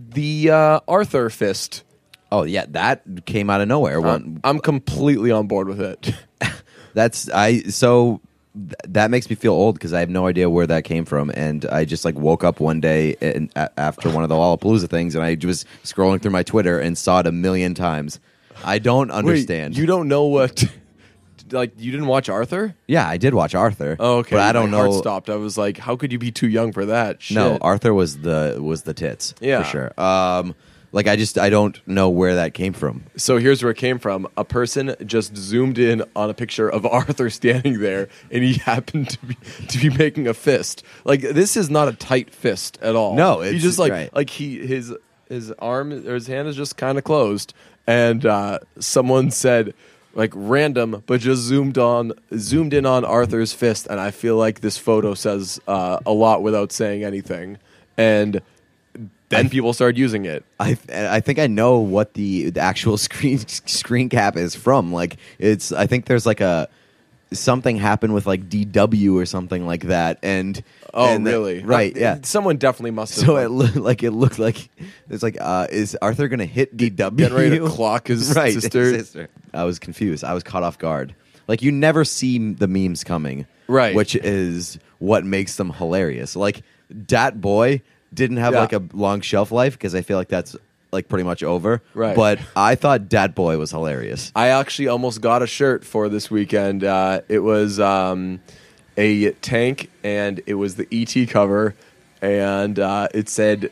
D: the uh, Arthur fist.
E: Oh yeah, that came out of nowhere. One,
D: I'm, I'm completely on board with it.
E: That's I so th- that makes me feel old because I have no idea where that came from, and I just like woke up one day and a- after one of the Lollapalooza things, and I was scrolling through my Twitter and saw it a million times. I don't understand.
D: Wait, you don't know what? Like you didn't watch Arthur?
E: yeah, I did watch Arthur.
D: Oh, okay.
E: but I don't
D: My heart
E: know.
D: stopped. I was like, how could you be too young for that? Shit.
E: No, Arthur was the was the tits.
D: Yeah.
E: for sure. Um, like I just I don't know where that came from.
D: so here's where it came from. A person just zoomed in on a picture of Arthur standing there, and he happened to be to be making a fist. Like this is not a tight fist at all.
E: No,
D: he
E: it's-
D: just like
E: right.
D: like he his his arm or his hand is just kind of closed, and uh, someone said. Like random, but just zoomed on, zoomed in on Arthur's fist, and I feel like this photo says uh, a lot without saying anything. And then people started using it.
E: I I think I know what the, the actual screen screen cap is from. Like it's I think there's like a something happened with like DW or something like that. And
D: Oh,
E: and the-
D: really?
E: right?
D: Uh,
E: Yeah.
D: Someone definitely must have.
E: So it looked like it looked like it's like uh, is Arthur gonna hit DW?
D: Get ready to clock his
E: right,
D: sister.
E: I was confused. I was caught off guard. Like you never see m- the memes coming,
D: Right.
E: Which is what makes them hilarious. Like Dat Boy didn't have
D: Yeah.
E: like a long shelf life because I feel like that's like pretty much over,
D: Right.
E: But I thought Dat Boy was hilarious.
D: I actually almost got a shirt for this weekend. Uh, it was um, a tank, and it was the ET cover, and uh, it said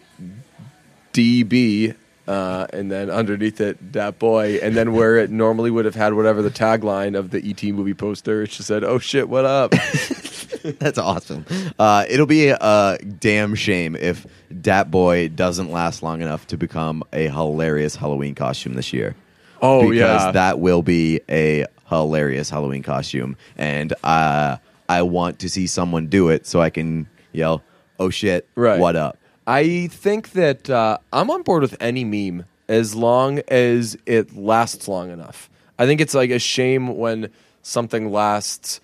D: DB, uh, and then underneath it, that boy, and then where it normally would have had whatever the tagline of the ET movie poster, it just said, "Oh shit, what up?"
E: That's awesome. Uh, it'll be a damn shame if Dat Boy doesn't last long enough to become a hilarious Halloween costume this year.
D: Oh,
E: because
D: yeah.
E: that will be a hilarious Halloween costume, and uh, I want to see someone do it so I can yell, "Oh shit!
D: Right.
E: What up?"
D: I think that uh, I'm on board with any meme as long as it lasts long enough. I think it's like a shame when something lasts.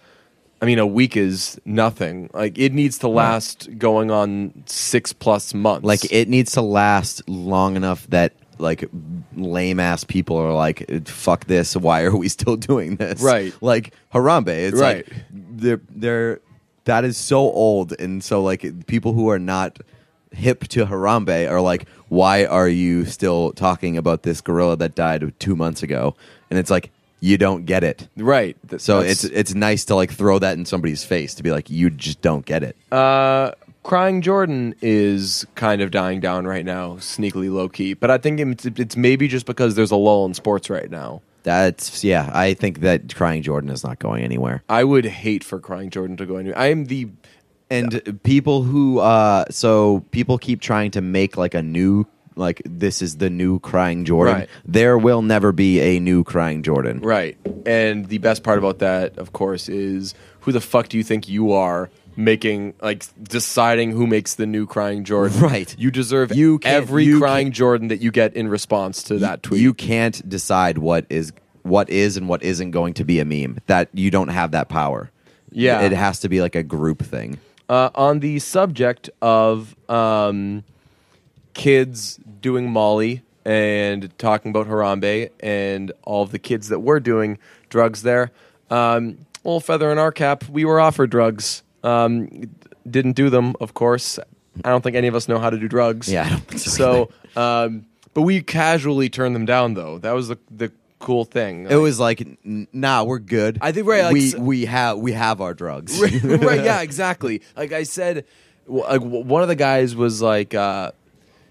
D: I mean, a week is nothing. Like it needs to last going on six plus months.
E: Like it needs to last long enough that like lame ass people are like, "Fuck this! Why are we still doing this?"
D: Right.
E: Like Harambe. It's
D: Right.
E: like they're they're that is so old, and so like people who are not hip to Harambe are like, "Why are you still talking about this gorilla that died two months ago?" And it's like you don't get it.
D: right. Th-
E: So
D: that's-
E: it's it's nice to like throw that in somebody's face to be like, "You just don't get it."
D: Uh, Crying Jordan is kind of dying down right now, sneakily low key. But I think it's, it's maybe just because there's a lull in sports right now.
E: That's yeah. I think that crying Jordan is not going anywhere.
D: I would hate for Crying Jordan to go anywhere. I am the
E: And people who uh, so people keep trying to make like a new like this is the new crying Jordan.
D: Right.
E: There will never be a new crying Jordan.
D: Right. And the best part about that, of course, is who the fuck do you think you are making like deciding who makes the new crying Jordan.
E: Right.
D: You deserve
E: You can't-
D: every
E: you
D: crying
E: can't-
D: Jordan that you get in response to that tweet.
E: You can't decide what is what is and what isn't going to be a meme. That you don't have that power.
D: Yeah.
E: It has to be like a group thing.
D: uh, on the subject of um, kids doing Molly and talking about Harambe and all of the kids that were doing drugs there. Um, little feather in our cap, we were offered drugs. Um, didn't do them, of course. I don't think any of us know how to do drugs.
E: Yeah, I don't think so
D: so, um, but we casually turned them down, though. That was the the cool thing.
E: It was like, n- nah, we're good.
D: I think we're, like,
E: we
D: s-
E: we have we have our drugs.
D: right, right, yeah exactly like i said w- like w- one of the guys was like uh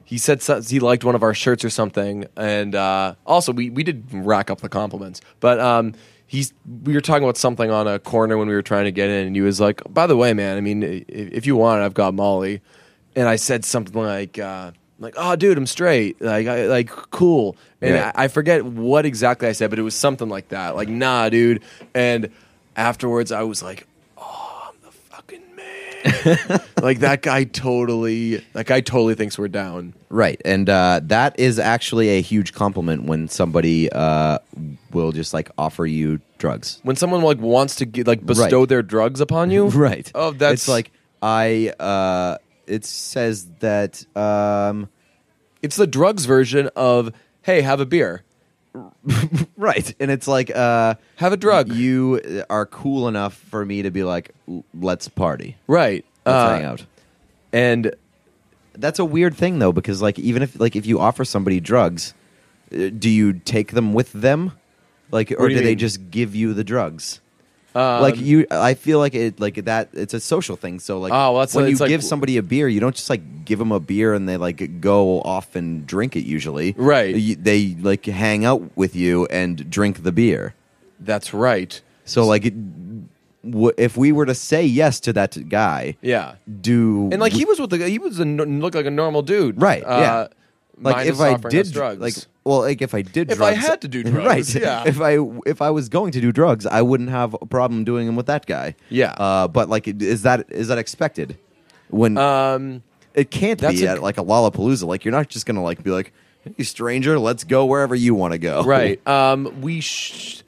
D: he said so- he liked one of our shirts or something and uh also we we did rack up the compliments but um He's, we were talking about something on a corner when we were trying to get in, and he was like, "By the way, man, I mean, if, if you want, I've got Molly." And I said something like, uh, "Like, oh, dude, I'm straight. Like, I, like, cool." And
E: Yeah.
D: I, I forget what exactly I said, but it was something like that. Like, nah, dude. And afterwards, I was like, fucking man. like that guy totally that guy totally thinks we're down.
E: Right, and uh, that is actually a huge compliment when somebody uh, will just like offer you drugs.
D: When someone like wants to get, like bestow
E: Right.
D: their drugs upon you,
E: Right.
D: Oh, that's
E: it's like I. Uh, it says that. Um,
D: it's the drugs version of hey, have a beer,
E: right, and it's like uh,
D: have a drug,
E: You are cool enough for me to be like, "L- let's party,
D: right?
E: let's
D: Uh,
E: hang out.
D: And
E: That's a weird thing though, because like even if like if you offer somebody drugs, uh, do you take them with them, like,
D: do
E: or do,
D: you
E: they
D: mean? Um,
E: just give you the drugs? like you, I feel like it, like that. It's a social thing. So like,
D: Oh, well, that's-
E: when you
D: it's like-
E: give somebody a beer, you don't just like give them a beer and they like go off and drink it. Usually,
D: Right.
E: You, they like hang out with you and drink the beer.
D: that's right.
E: So like, it, w- if we were to say yes to that guy,
D: Yeah.
E: do
D: And like he was with the he was a, no- looked like a normal dude,
E: right?
D: Uh,
E: yeah, like
D: minus
E: if I
D: offering us
E: did
D: drugs,
E: like well, like if I did,
D: If I
E: drugs,
D: had to do drugs,
E: right?
D: yeah.
E: If I if I was going to do drugs, I wouldn't have a problem doing them with that guy.
D: Yeah.
E: uh, but like, is that is that expected? When
D: um,
E: it can't
D: that's
E: be
D: a-
E: at like a Lollapalooza, like you're not just gonna like be like, hey stranger, let's go wherever you want to go.
D: Right. Um, we. Sh-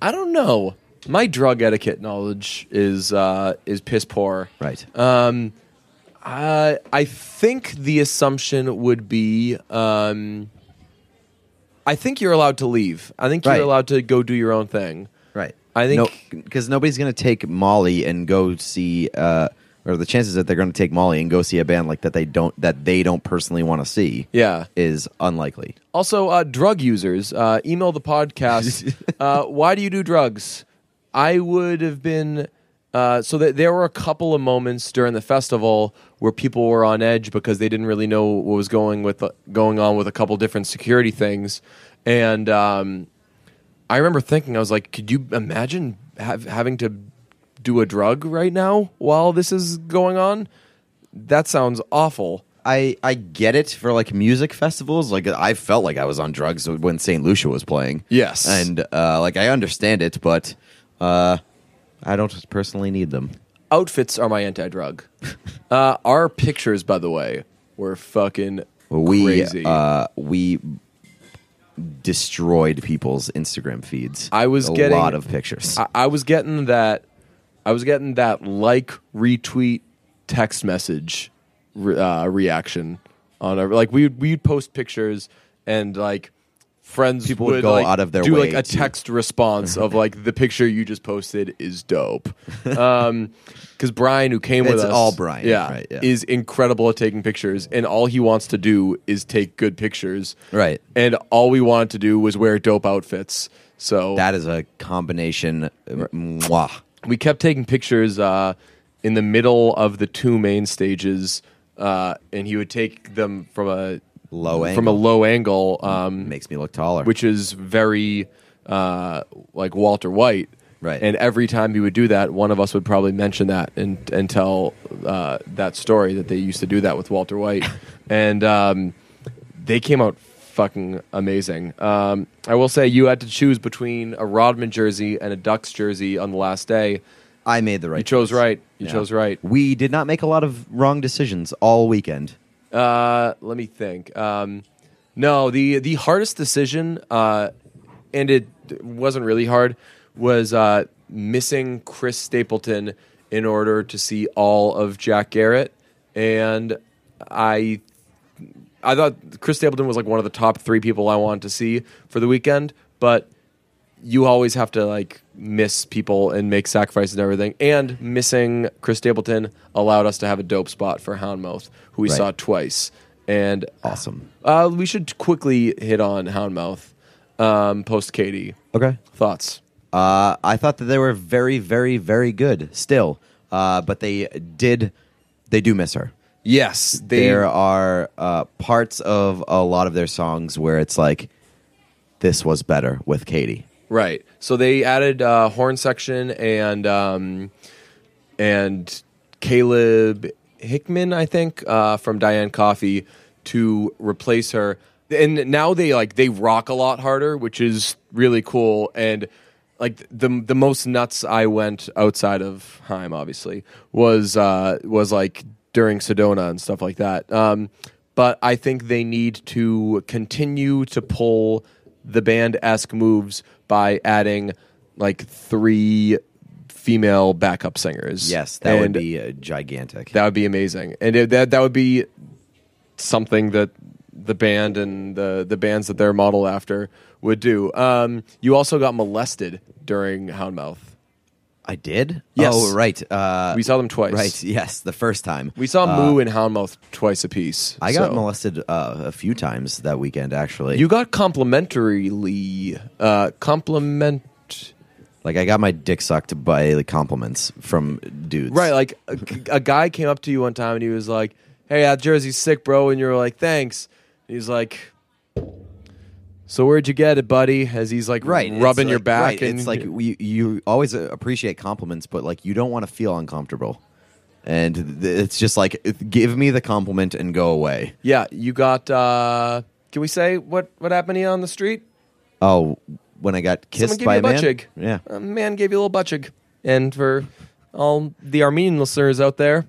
D: I don't know. My drug etiquette knowledge is uh, is piss poor.
E: right.
D: Um, I Uh, I think the assumption would be. Um, I think you're allowed to leave. I think you're
E: Right.
D: allowed to go do your own thing.
E: Right.
D: I think-
E: because nobody's going to take Molly and go see, uh, or the chances that they're going to take Molly and go see a band like that they don't that they don't personally want to see.
D: Yeah.
E: is unlikely.
D: Also, uh, drug users, uh, email the podcast. uh, why do you do drugs? I would have been. Uh, so that there were a couple of moments during the festival where people were on edge because they didn't really know what was going with uh, going on with a couple different security things, and um, I remember thinking I was like, could you imagine have, having to do a drug right now while this is going on? That sounds awful.
E: I I get it for like music festivals. Like I felt like I was on drugs when St. Lucia was playing.
D: Yes.
E: and uh, like I understand it, but uh, I don't personally need them.
D: outfits are my anti-drug. uh, our pictures, by the way, were fucking
E: We
D: crazy.
E: Uh, we destroyed people's Instagram feeds.
D: I was
E: a
D: getting-
E: lot of pictures.
D: I, I was getting that. I was getting that like retweet text message re- uh, reaction on our like we would we'd post pictures and like friends
E: People would go
D: like,
E: out of their
D: do
E: way
D: like a
E: to-
D: text response of like the picture you just posted is dope um because Brian who came with
E: It's
D: us
E: all Brian,
D: yeah,
E: right, yeah.
D: is incredible at taking pictures and all he wants to do is take good pictures
E: Right.
D: and all we wanted to do was wear dope outfits so
E: That is a combination. Mwah.
D: we kept taking pictures uh, in the middle of the two main stages, uh, and he would take them from a
E: Low
D: from a
E: angle.
D: low angle, um,
E: Makes me look taller.
D: which is very uh, like Walter White.
E: Right.
D: And every time he would do that, one of us would probably mention that and and tell uh, that story that they used to do that with Walter White, and um, they came out fucking amazing. Um, I will say you had to choose between a Rodman jersey and a Ducks jersey on the last day,
E: I made the right.
D: You chose
E: choice.
D: right. You
E: Yeah.
D: chose right.
E: We did not make a lot of wrong decisions all weekend.
D: Uh, let me think. Um, no, the the hardest decision, uh, and it wasn't really hard, was uh, missing Chris Stapleton in order to see all of Jack Garrett, and I. I thought Chris Stapleton was like one of the top three people I wanted to see for the weekend, but you always have to like miss people and make sacrifices and everything. And missing Chris Stapleton allowed us to have a dope spot for Houndmouth, who we
E: Right.
D: saw twice. And
E: Awesome.
D: Uh, we should quickly hit on Houndmouth um, post Katie.
E: Okay.
D: Thoughts?
E: Uh, I thought that they were very, very, very good still, uh, but they did. They do miss her.
D: Yes, they
E: there are uh, parts of a lot of their songs where it's like, this was better with Katie.
D: Right. So they added uh, horn section and um, and Caleb Hickman, I think, uh, from Diane Coffey to replace her. And now they like they rock a lot harder, which is really cool. And like the the most nuts I went outside of Heim, obviously, was uh, was like during Sedona and stuff like that. Um, but I think they need to continue to pull the band esque moves by adding like three female backup singers.
E: Yes, that would
D: And
E: be uh, gigantic.
D: that would be amazing, and it, that that would be something that the band and the the bands that they're modeled after would do. Um, you also got molested during Houndmouth.
E: I did.
D: Yes.
E: Oh, right. Uh,
D: We saw them twice.
E: Right. Yes, the first time
D: We saw
E: Uh,
D: Moo and Houndmouth twice apiece.
E: I got
D: so-
E: molested uh, a few times that weekend. Actually,
D: You got complimentarily uh, compliment.
E: like I got my dick sucked by the compliments from dudes.
D: Right, like a, a guy came up to you one time and he was like, "Hey, that jersey's sick, bro," and you were like, "Thanks." And he's like, "So where'd you get it, buddy?" As he's like
E: right it's
D: rubbing your
E: like-
D: back,
E: right,
D: and
E: it's like we, you always uh, appreciate compliments but like you don't want to feel uncomfortable and th- it's just like it- give me the compliment and go away
D: yeah, you got. uh Can we say what what happened to you on the street?
E: oh when i got
D: Someone
E: kissed
D: gave
E: by
D: you
E: a
D: a butt
E: man
D: chig.
E: yeah
D: a man gave you a little butt chig, and for all the Armenian listeners out there,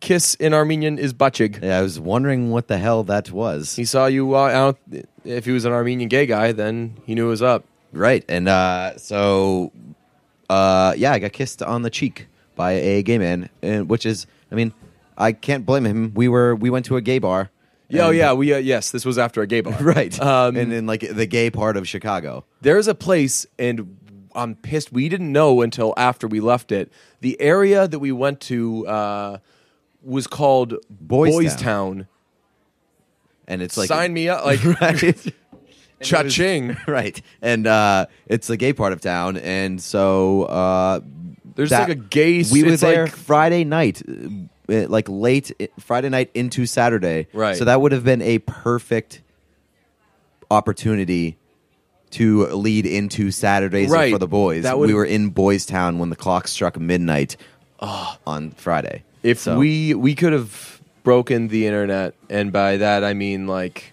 D: kiss in Armenian is butt chig.
E: yeah i was wondering what the hell that was
D: He saw you. Uh, out, if he was an Armenian gay guy, then he knew it was up.
E: right and uh so uh yeah i got kissed on the cheek by a gay man and which is i mean i can't blame him we were we went to a gay bar
D: Yeah, oh
E: and-
D: yeah, we uh, yes, this was after a gay bar,
E: right
D: Um,
E: and in like the gay part of chicago
D: there's a place and i'm pissed we didn't know until after we left it the area that we went to uh, was called
E: Boys
D: boys town
E: Town. and it's like
D: sign me up like
E: right
D: cha-ching
E: right and uh it's the gay part of town and so uh
D: There's
E: that-
D: like a gay s-
E: we were
D: it's
E: there
D: like-
E: friday night uh, uh, like late i- friday night into saturday
D: Right.
E: so that would have been a perfect opportunity to lead into saturdays
D: Right.
E: for the boys
D: That would-
E: we were in boys town when the clock struck midnight uh, on friday
D: if
E: So-
D: we we could have broken the internet and by that i mean like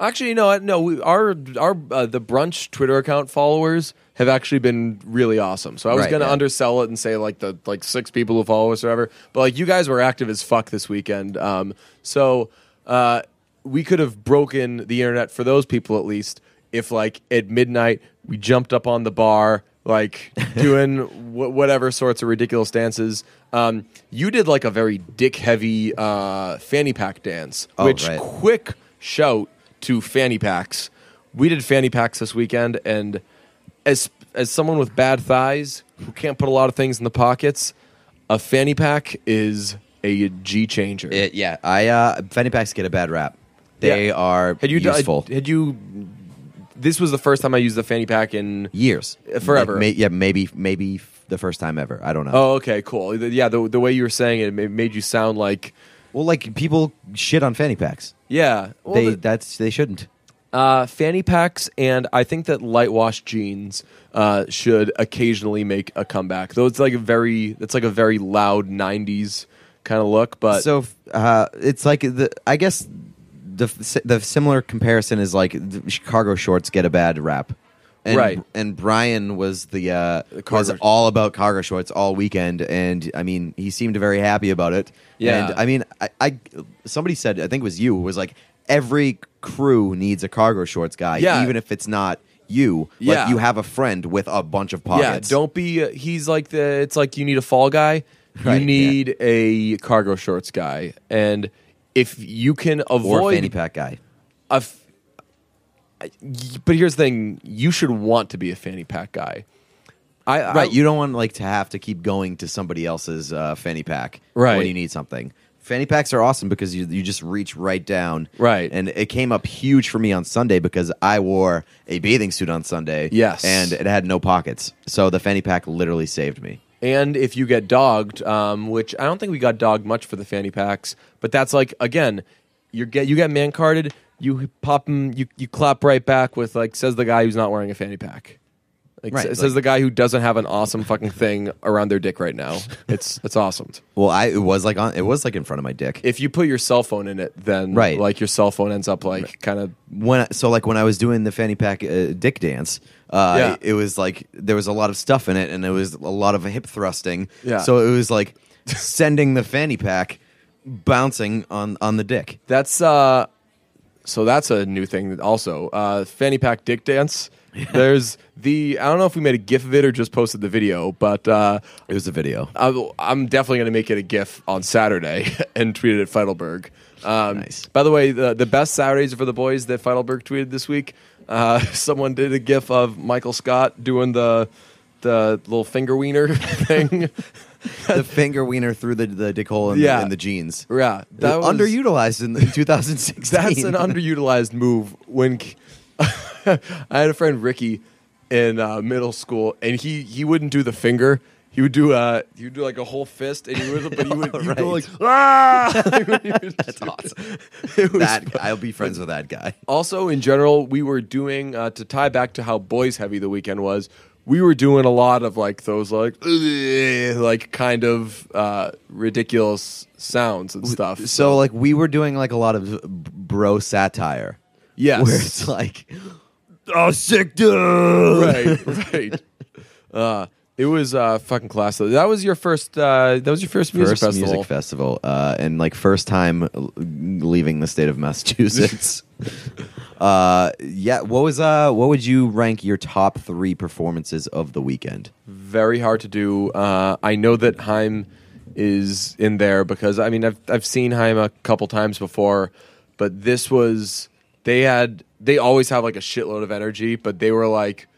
D: actually no no we, our our uh, the brunch twitter account followers have actually been really awesome so i was
E: Right,
D: gonna
E: yeah.
D: undersell it and say like the like six people who follow us or whatever but like you guys were active as fuck this weekend um so uh we could have broken the internet for those people at least if like at midnight we jumped up on the bar like doing wh- whatever sorts of ridiculous dances um, you did like a very dick heavy uh, fanny pack dance
E: Oh,
D: which
E: right.
D: quick shout to fanny packs we did fanny packs this weekend and as as someone with bad thighs who can't put a lot of things in the pockets a fanny pack is a g changer
E: It- yeah i uh fanny packs get a bad rap they
D: Yeah.
E: are
D: Had you done-
E: useful
D: Had you? This was the first time I used the fanny pack in.
E: years,
D: Uh, Forever.
E: Like, may, yeah, maybe, maybe f- the first time ever. I don't know.
D: Oh, okay, cool. Th- Yeah, the the way you were saying it, it ma- made you sound like
E: well, like people shit on fanny packs.
D: yeah. Well,
E: they
D: the-
E: that's they shouldn't.
D: uh, fanny packs, and I think that light wash jeans uh, should occasionally make a comeback. Though it's like a very, it's like a very loud '90s kind of look. But
E: so f- uh, it's like the I guess the f- si- the similar comparison is like the Chicago shorts get a bad rap. and,
D: Right.
E: And Brian was the uh, was
D: Carger-
E: all about Carger Schwartz all weekend, and I mean, he seemed very happy about it.
D: Yeah.
E: And I mean, I, I somebody said I think it was you was like every crew needs a cargo shorts guy,
D: Yeah.
E: even if it's not you.
D: Yeah.
E: Like you have a friend with a bunch of pockets.
D: Yeah, don't be. uh, He's like the. It's like you need a fall guy.
E: Right, yeah.
D: you need a cargo shorts guy, and if you can
E: or
D: avoid
E: fanny pack guy.
D: a f- I- but here's the thing: you should want to be a fanny pack guy. I I-
E: Right, you don't want like to have to keep going to somebody else's uh, fanny pack
D: Right.
E: when you need something. Fanny packs are awesome because you you just reach right down.
D: Right.
E: and it came up huge for me on Sunday because I wore a bathing suit on Sunday.
D: Yes.
E: and it had no pockets, so the fanny pack literally saved me.
D: and if you get dogged, um, which I don't think we got dogged much for the fanny packs, but that's like again, you get you get man carded, you pop 'em- you you clap right back with like says the guy who's not wearing a fanny pack. Like,
E: Right,
D: s- says
E: like-
D: the guy who doesn't have an awesome fucking thing around their dick right now. It's it's awesome.
E: Well, I it was like on it was like in front of my dick.
D: If you put your cell phone in it, then
E: Right.
D: like your cell phone ends up like kind of
E: when I, so like when I was doing the fanny pack uh, dick dance, uh,
D: Yeah.
E: it was like there was a lot of stuff in it, and it was a lot of hip thrusting.
D: Yeah.
E: So it was like sending the fanny pack bouncing on on the dick.
D: That's uh so that's a new thing that also. Uh fanny pack dick dance. There's the I don't know if we made a gif of it or just posted the video, but uh
E: It was a video.
D: I, I'm definitely going to make it a GIF on Saturday and tweet it at Feidelberg. Um,
E: Nice.
D: By the way, the, the best Saturdays for the boys that Feidelberg tweeted this week. Uh, someone did a GIF of Michael Scott doing the the little finger wiener thing.
E: the finger wiener through the the dick hole in,
D: Yeah.
E: the, in the jeans.
D: yeah, that was-
E: underutilized in, in 2016.
D: That's an underutilized move. When I had a friend Ricky in uh, middle school, and he he wouldn't do the finger. He would do uh, he would do like a whole fist, and he would, but he would, he would go like
E: Alright.
D: ah.
E: That's awesome.
D: It was
E: That I'll be friends with that guy.
D: also in general we were doing uh, to tie back to how boys heavy the weekend was we were doing a lot of like those like like kind of uh, ridiculous sounds and stuff
E: So like we were doing like a lot of bro satire.
D: Yes.
E: Where it's like Oh sick dude.
D: right right uh, it was uh, fucking class though. that was your first uh, that was your first music
E: First
D: festival
E: music festival, uh, and like first time l- leaving the state of Massachusetts. uh, yeah, what was uh, what would you rank your top three performances of the weekend?
D: very hard to do uh, I know that Heim is in there because I mean I've I've seen Heim a couple times before but this was they had they always have like a shitload of energy but they were like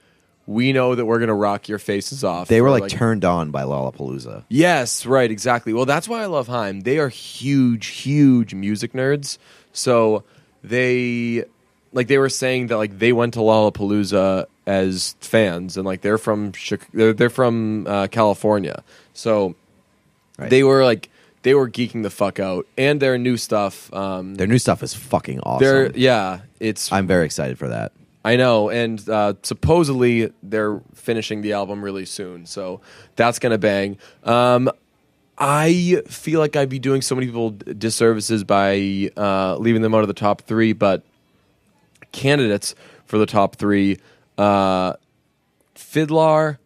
D: we know that we're gonna rock your faces off
E: They were
D: Or,
E: like, turned on by Lollapalooza.
D: Yes, right, exactly. Well, that's why I love Heim. They are huge, huge music nerds. So they like they were saying that like they went to Lollapalooza as fans, and like they're from Chic- they're, they're from uh, California. So
E: Right.
D: they were like they were geeking the fuck out, and their new stuff. Um,
E: Their new stuff is fucking awesome.
D: they're yeah, it's
E: I'm very excited for that.
D: I know, and uh, supposedly they're finishing the album really soon, so that's gonna bang. Um, I feel like I'd be doing so many people d- disservices by uh, leaving them out of the top three, but candidates for the top three: uh, Fiddlar.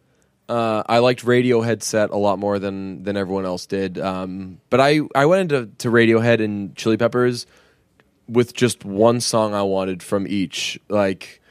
D: Uh, I liked Radiohead set a lot more than than everyone else did, um, but I I went into to Radiohead and Chili Peppers with just one song I wanted from each. Like,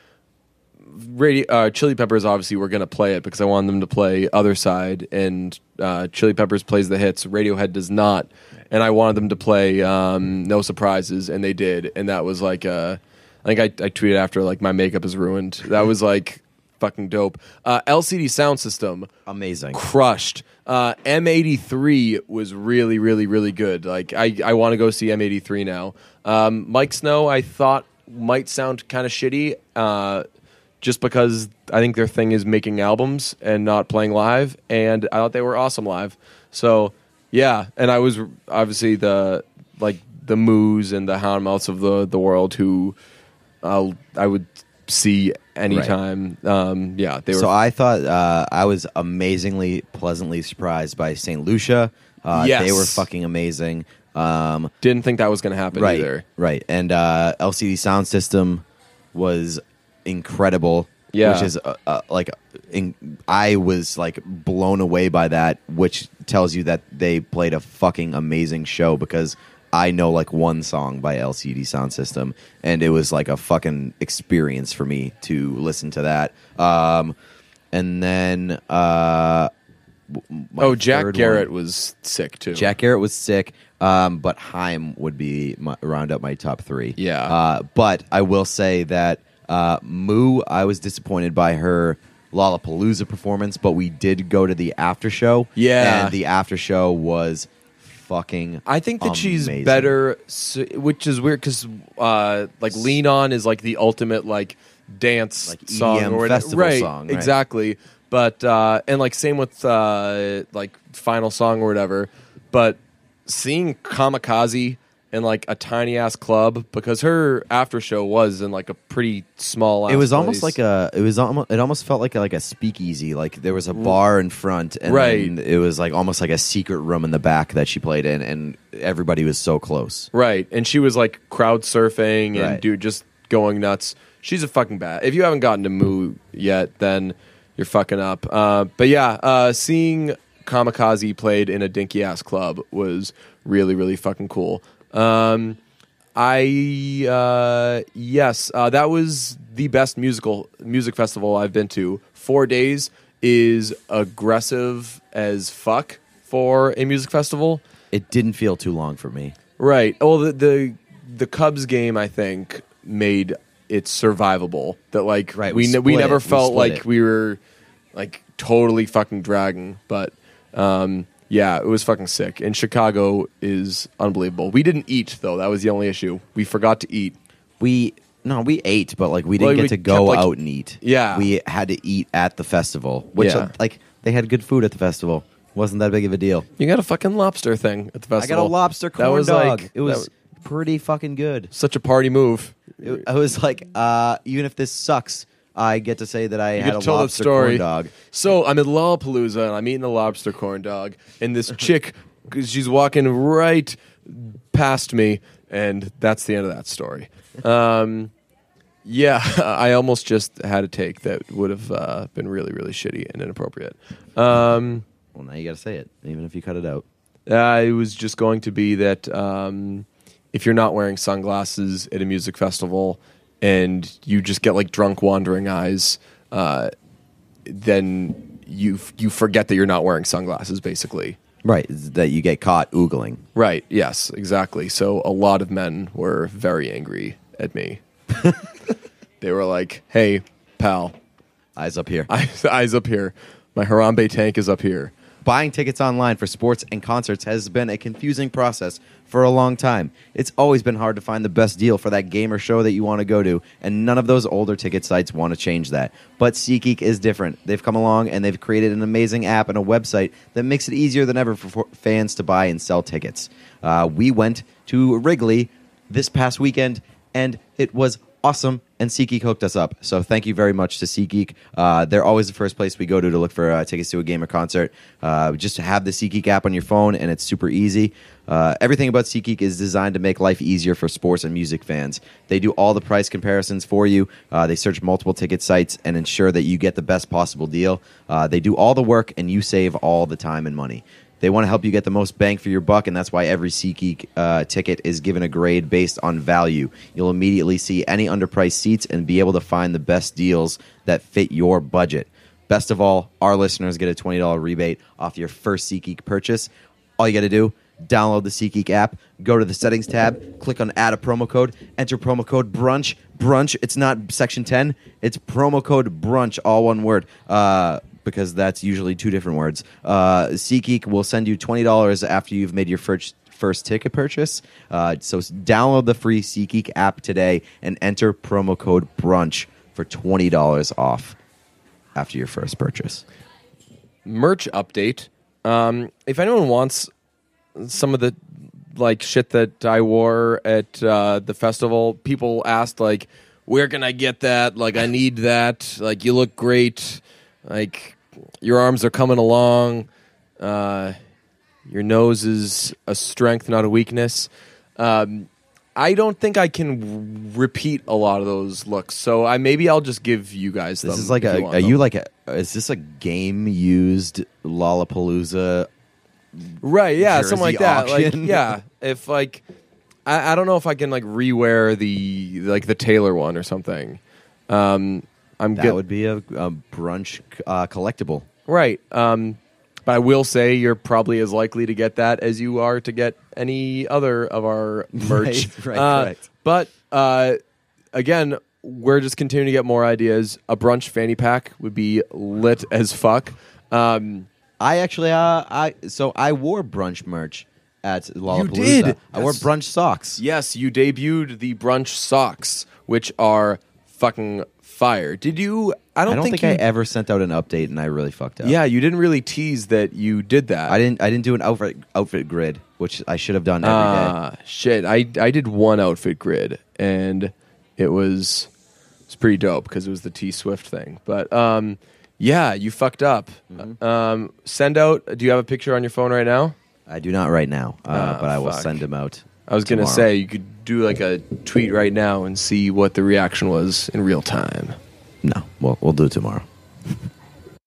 D: radio, uh, Chili Peppers obviously were going to play it because I wanted them to play Other Side, and uh, Chili Peppers plays the hits. Radiohead does not, and I wanted them to play um, No Surprises, and they did, and that was like uh, I think I, I tweeted after like my makeup is ruined. That was like fucking dope. Uh, LCD Sound System
E: Amazing.
D: crushed. Uh, M83 was really, really, really good. Like I, I want to go see M83 now. Um, Mike Snow, I thought might sound kind of shitty, uh, just because I think their thing is making albums and not playing live, and I thought they were awesome live. So yeah, and I was obviously the like the moos and the houndmouths of the the world who uh, I would see anytime. Um, yeah, they were.
E: So I thought uh, I was amazingly pleasantly surprised by St. Lucia. Uh, They
D: Yes.
E: were fucking amazing. Um,
D: didn't think that was going to happen
E: right,
D: either.
E: right. And uh, LCD sound system was incredible.
D: Yeah.
E: which is uh, uh, like in, I was like blown away by that, which tells you that they played a fucking amazing show because I know like one song by LCD Sound System, and it was like a fucking experience for me to listen to that. Um, and then uh, w- my
D: oh, Jack
E: third
D: Garrett
E: one-
D: was sick too.
E: Jack Garrett was sick, um, but Heim would be my, round up my top three.
D: Yeah.
E: Uh, but I will say that uh, Moo, I was disappointed by her Lollapalooza performance, but we did go to the after show.
D: Yeah.
E: And the after show was fucking.
D: I think that she's
E: amazing.
D: better, s- which is weird because uh, like "Lean On" is like the ultimate like dance
E: Like
D: song
E: EDM
D: or whatever.
E: festival
D: right,
E: song, right.
D: exactly. But uh, and like same with uh, like final song or whatever. But seeing Kamikaze in like a tiny ass club because her after show was in like a pretty small.
E: It was almost like a. It was almost. It almost felt like a, like a speakeasy. Like there was a bar in front, and
D: Right.
E: then it was like almost like a secret room in the back that she played in, and everybody was so close.
D: Right. And she was like crowd surfing and
E: Right.
D: dude just going nuts. She's a fucking bat. If you haven't gotten to Moo yet, then you're fucking up. Uh, but yeah, uh, seeing Kamikaze played in a dinky ass club was really, really fucking cool. Um, I uh, yes, uh, that was the best musical music festival I've been to. Four days is aggressive as fuck for a music festival.
E: It didn't feel too long for me.
D: Right. Well, the the, the Cubs game I think made it survivable. That like
E: Right,
D: we
E: we
D: ne- we,
E: split
D: never
E: it. We
D: felt
E: split
D: like
E: it.
D: we were like totally fucking dragging, but um yeah, it was fucking sick. And Chicago is unbelievable. We didn't eat though. That was the only issue. We forgot to eat.
E: We no, we ate, but like we didn't
D: Well,
E: get
D: we
E: to go
D: kept, like-
E: out and eat.
D: Yeah.
E: we had to eat at the festival, which
D: Yeah.
E: like they had good food at the festival. wasn't that big of a deal.
D: You got a fucking lobster thing at the festival.
E: I got a lobster corn
D: that was
E: dog.
D: Like,
E: it
D: that
E: was pretty fucking good.
D: such a party move.
E: It- I was like, uh, even if this sucks, I get to say that I
D: You
E: had
D: could
E: a
D: tell the
E: lobster
D: story.
E: corn dog.
D: So I'm at Lollapalooza and I'm eating a lobster corn dog, and this chick, she's walking right past me, and that's the end of that story. Um, yeah, I almost just had a take that would have uh, been really, really shitty and inappropriate. Um,
E: Well, now you got to say it, even if you cut it out.
D: uh, it was just going to be that um, if you're not wearing sunglasses at a music festival and you just get like drunk wandering eyes, uh, then you you forget that you're not wearing sunglasses, basically.
E: Right, is that you get caught oogling.
D: Right. Yes. Exactly. So a lot of men were very angry at me. they were like, "Hey, pal,
E: Eyes up here.
D: eyes, eyes up here. My Harambe tank is up here."
E: Buying tickets online for sports and concerts has been a confusing process for a long time. It's always been hard to find the best deal for that game or show that you want to go to, and none of those older ticket sites want to change that. But SeatGeek is different. They've come along and they've created an amazing app and a website that makes it easier than ever for for fans to buy and sell tickets. Uh, we went to Wrigley this past weekend, and it was awesome. And SeatGeek hooked us up. So thank you very much to SeatGeek. Uh, they're always the first place we go to to look for uh, tickets to a game or concert. Uh, just have the SeatGeek app on your phone, and it's super easy. Uh, everything about SeatGeek is designed to make life easier for sports and music fans. They do all the price comparisons for you. Uh, they search multiple ticket sites and ensure that you get the best possible deal. Uh, they do all the work, and you save all the time and money. They want to help you get the most bang for your buck, and that's why every SeatGeek uh, ticket is given a grade based on value. You'll immediately see any underpriced seats and be able to find the best deals that fit your budget. Best of all, our listeners get a $20 rebate off your first SeatGeek purchase. All you got to do, download the SeatGeek app, go to the settings tab, click on add a promo code, enter promo code brunch, brunch. It's not section 10, it's promo code brunch, all one word. Uh, because that's usually two different words. Uh, SeatGeek will send you twenty dollars after you've made your first first ticket purchase. Uh, so s- download the free SeatGeek app today and enter promo code brunch for twenty dollars off after your first purchase.
D: merch update. Um, if anyone wants some of the like shit that I wore at uh, the festival, people asked like, "Where can I get that? Like, I need that. Like, you look great. Like, your arms are coming along. Uh, your nose is a strength, not a weakness." Um, I don't think I can repeat a lot of those looks, so I maybe I'll just give you guys.
E: This
D: them
E: is like
D: if
E: a,
D: you want
E: are you
D: them.
E: like a, is this a game used Lollapalooza?
D: right? Yeah, something
E: Jersey
D: like that. Like,
E: auction?
D: yeah, if like I, I don't know if I can like rewear the like the Taylor one or something. Um, I'm
E: That
D: good.
E: would be a, a brunch uh, collectible.
D: Right. Um, but I will say you're probably as likely to get that as you are to get any other of our merch.
E: Right, right,
D: Uh,
E: right.
D: But uh, again, we're just continuing to get more ideas. A brunch fanny pack would be lit as fuck. Um,
E: I actually, uh, I so I wore brunch merch at Lollapalooza.
D: did?
E: I wore
D: That's-
E: brunch socks.
D: yes, you debuted the brunch socks, which are fucking fire. Did you? I don't,
E: I don't think,
D: you,
E: I ever sent out an update, and I really fucked up.
D: Yeah, you didn't really tease that you did that.
E: I didn't. I didn't do an outfit outfit grid, which I should have done every day.
D: Ah, shit. I I did one outfit grid and it was it's pretty dope because it was the T Swift thing. But um yeah, you fucked up.
E: Mm-hmm.
D: Um send out do you have a picture on your phone right now?
E: I do not right now, uh,
D: Ah,
E: but I will
D: fuck.
E: send him out.
D: I was going to
E: tomorrow.
D: say you could do like a tweet right now and see what the reaction was in real time.
E: no. We'll we'll do it tomorrow.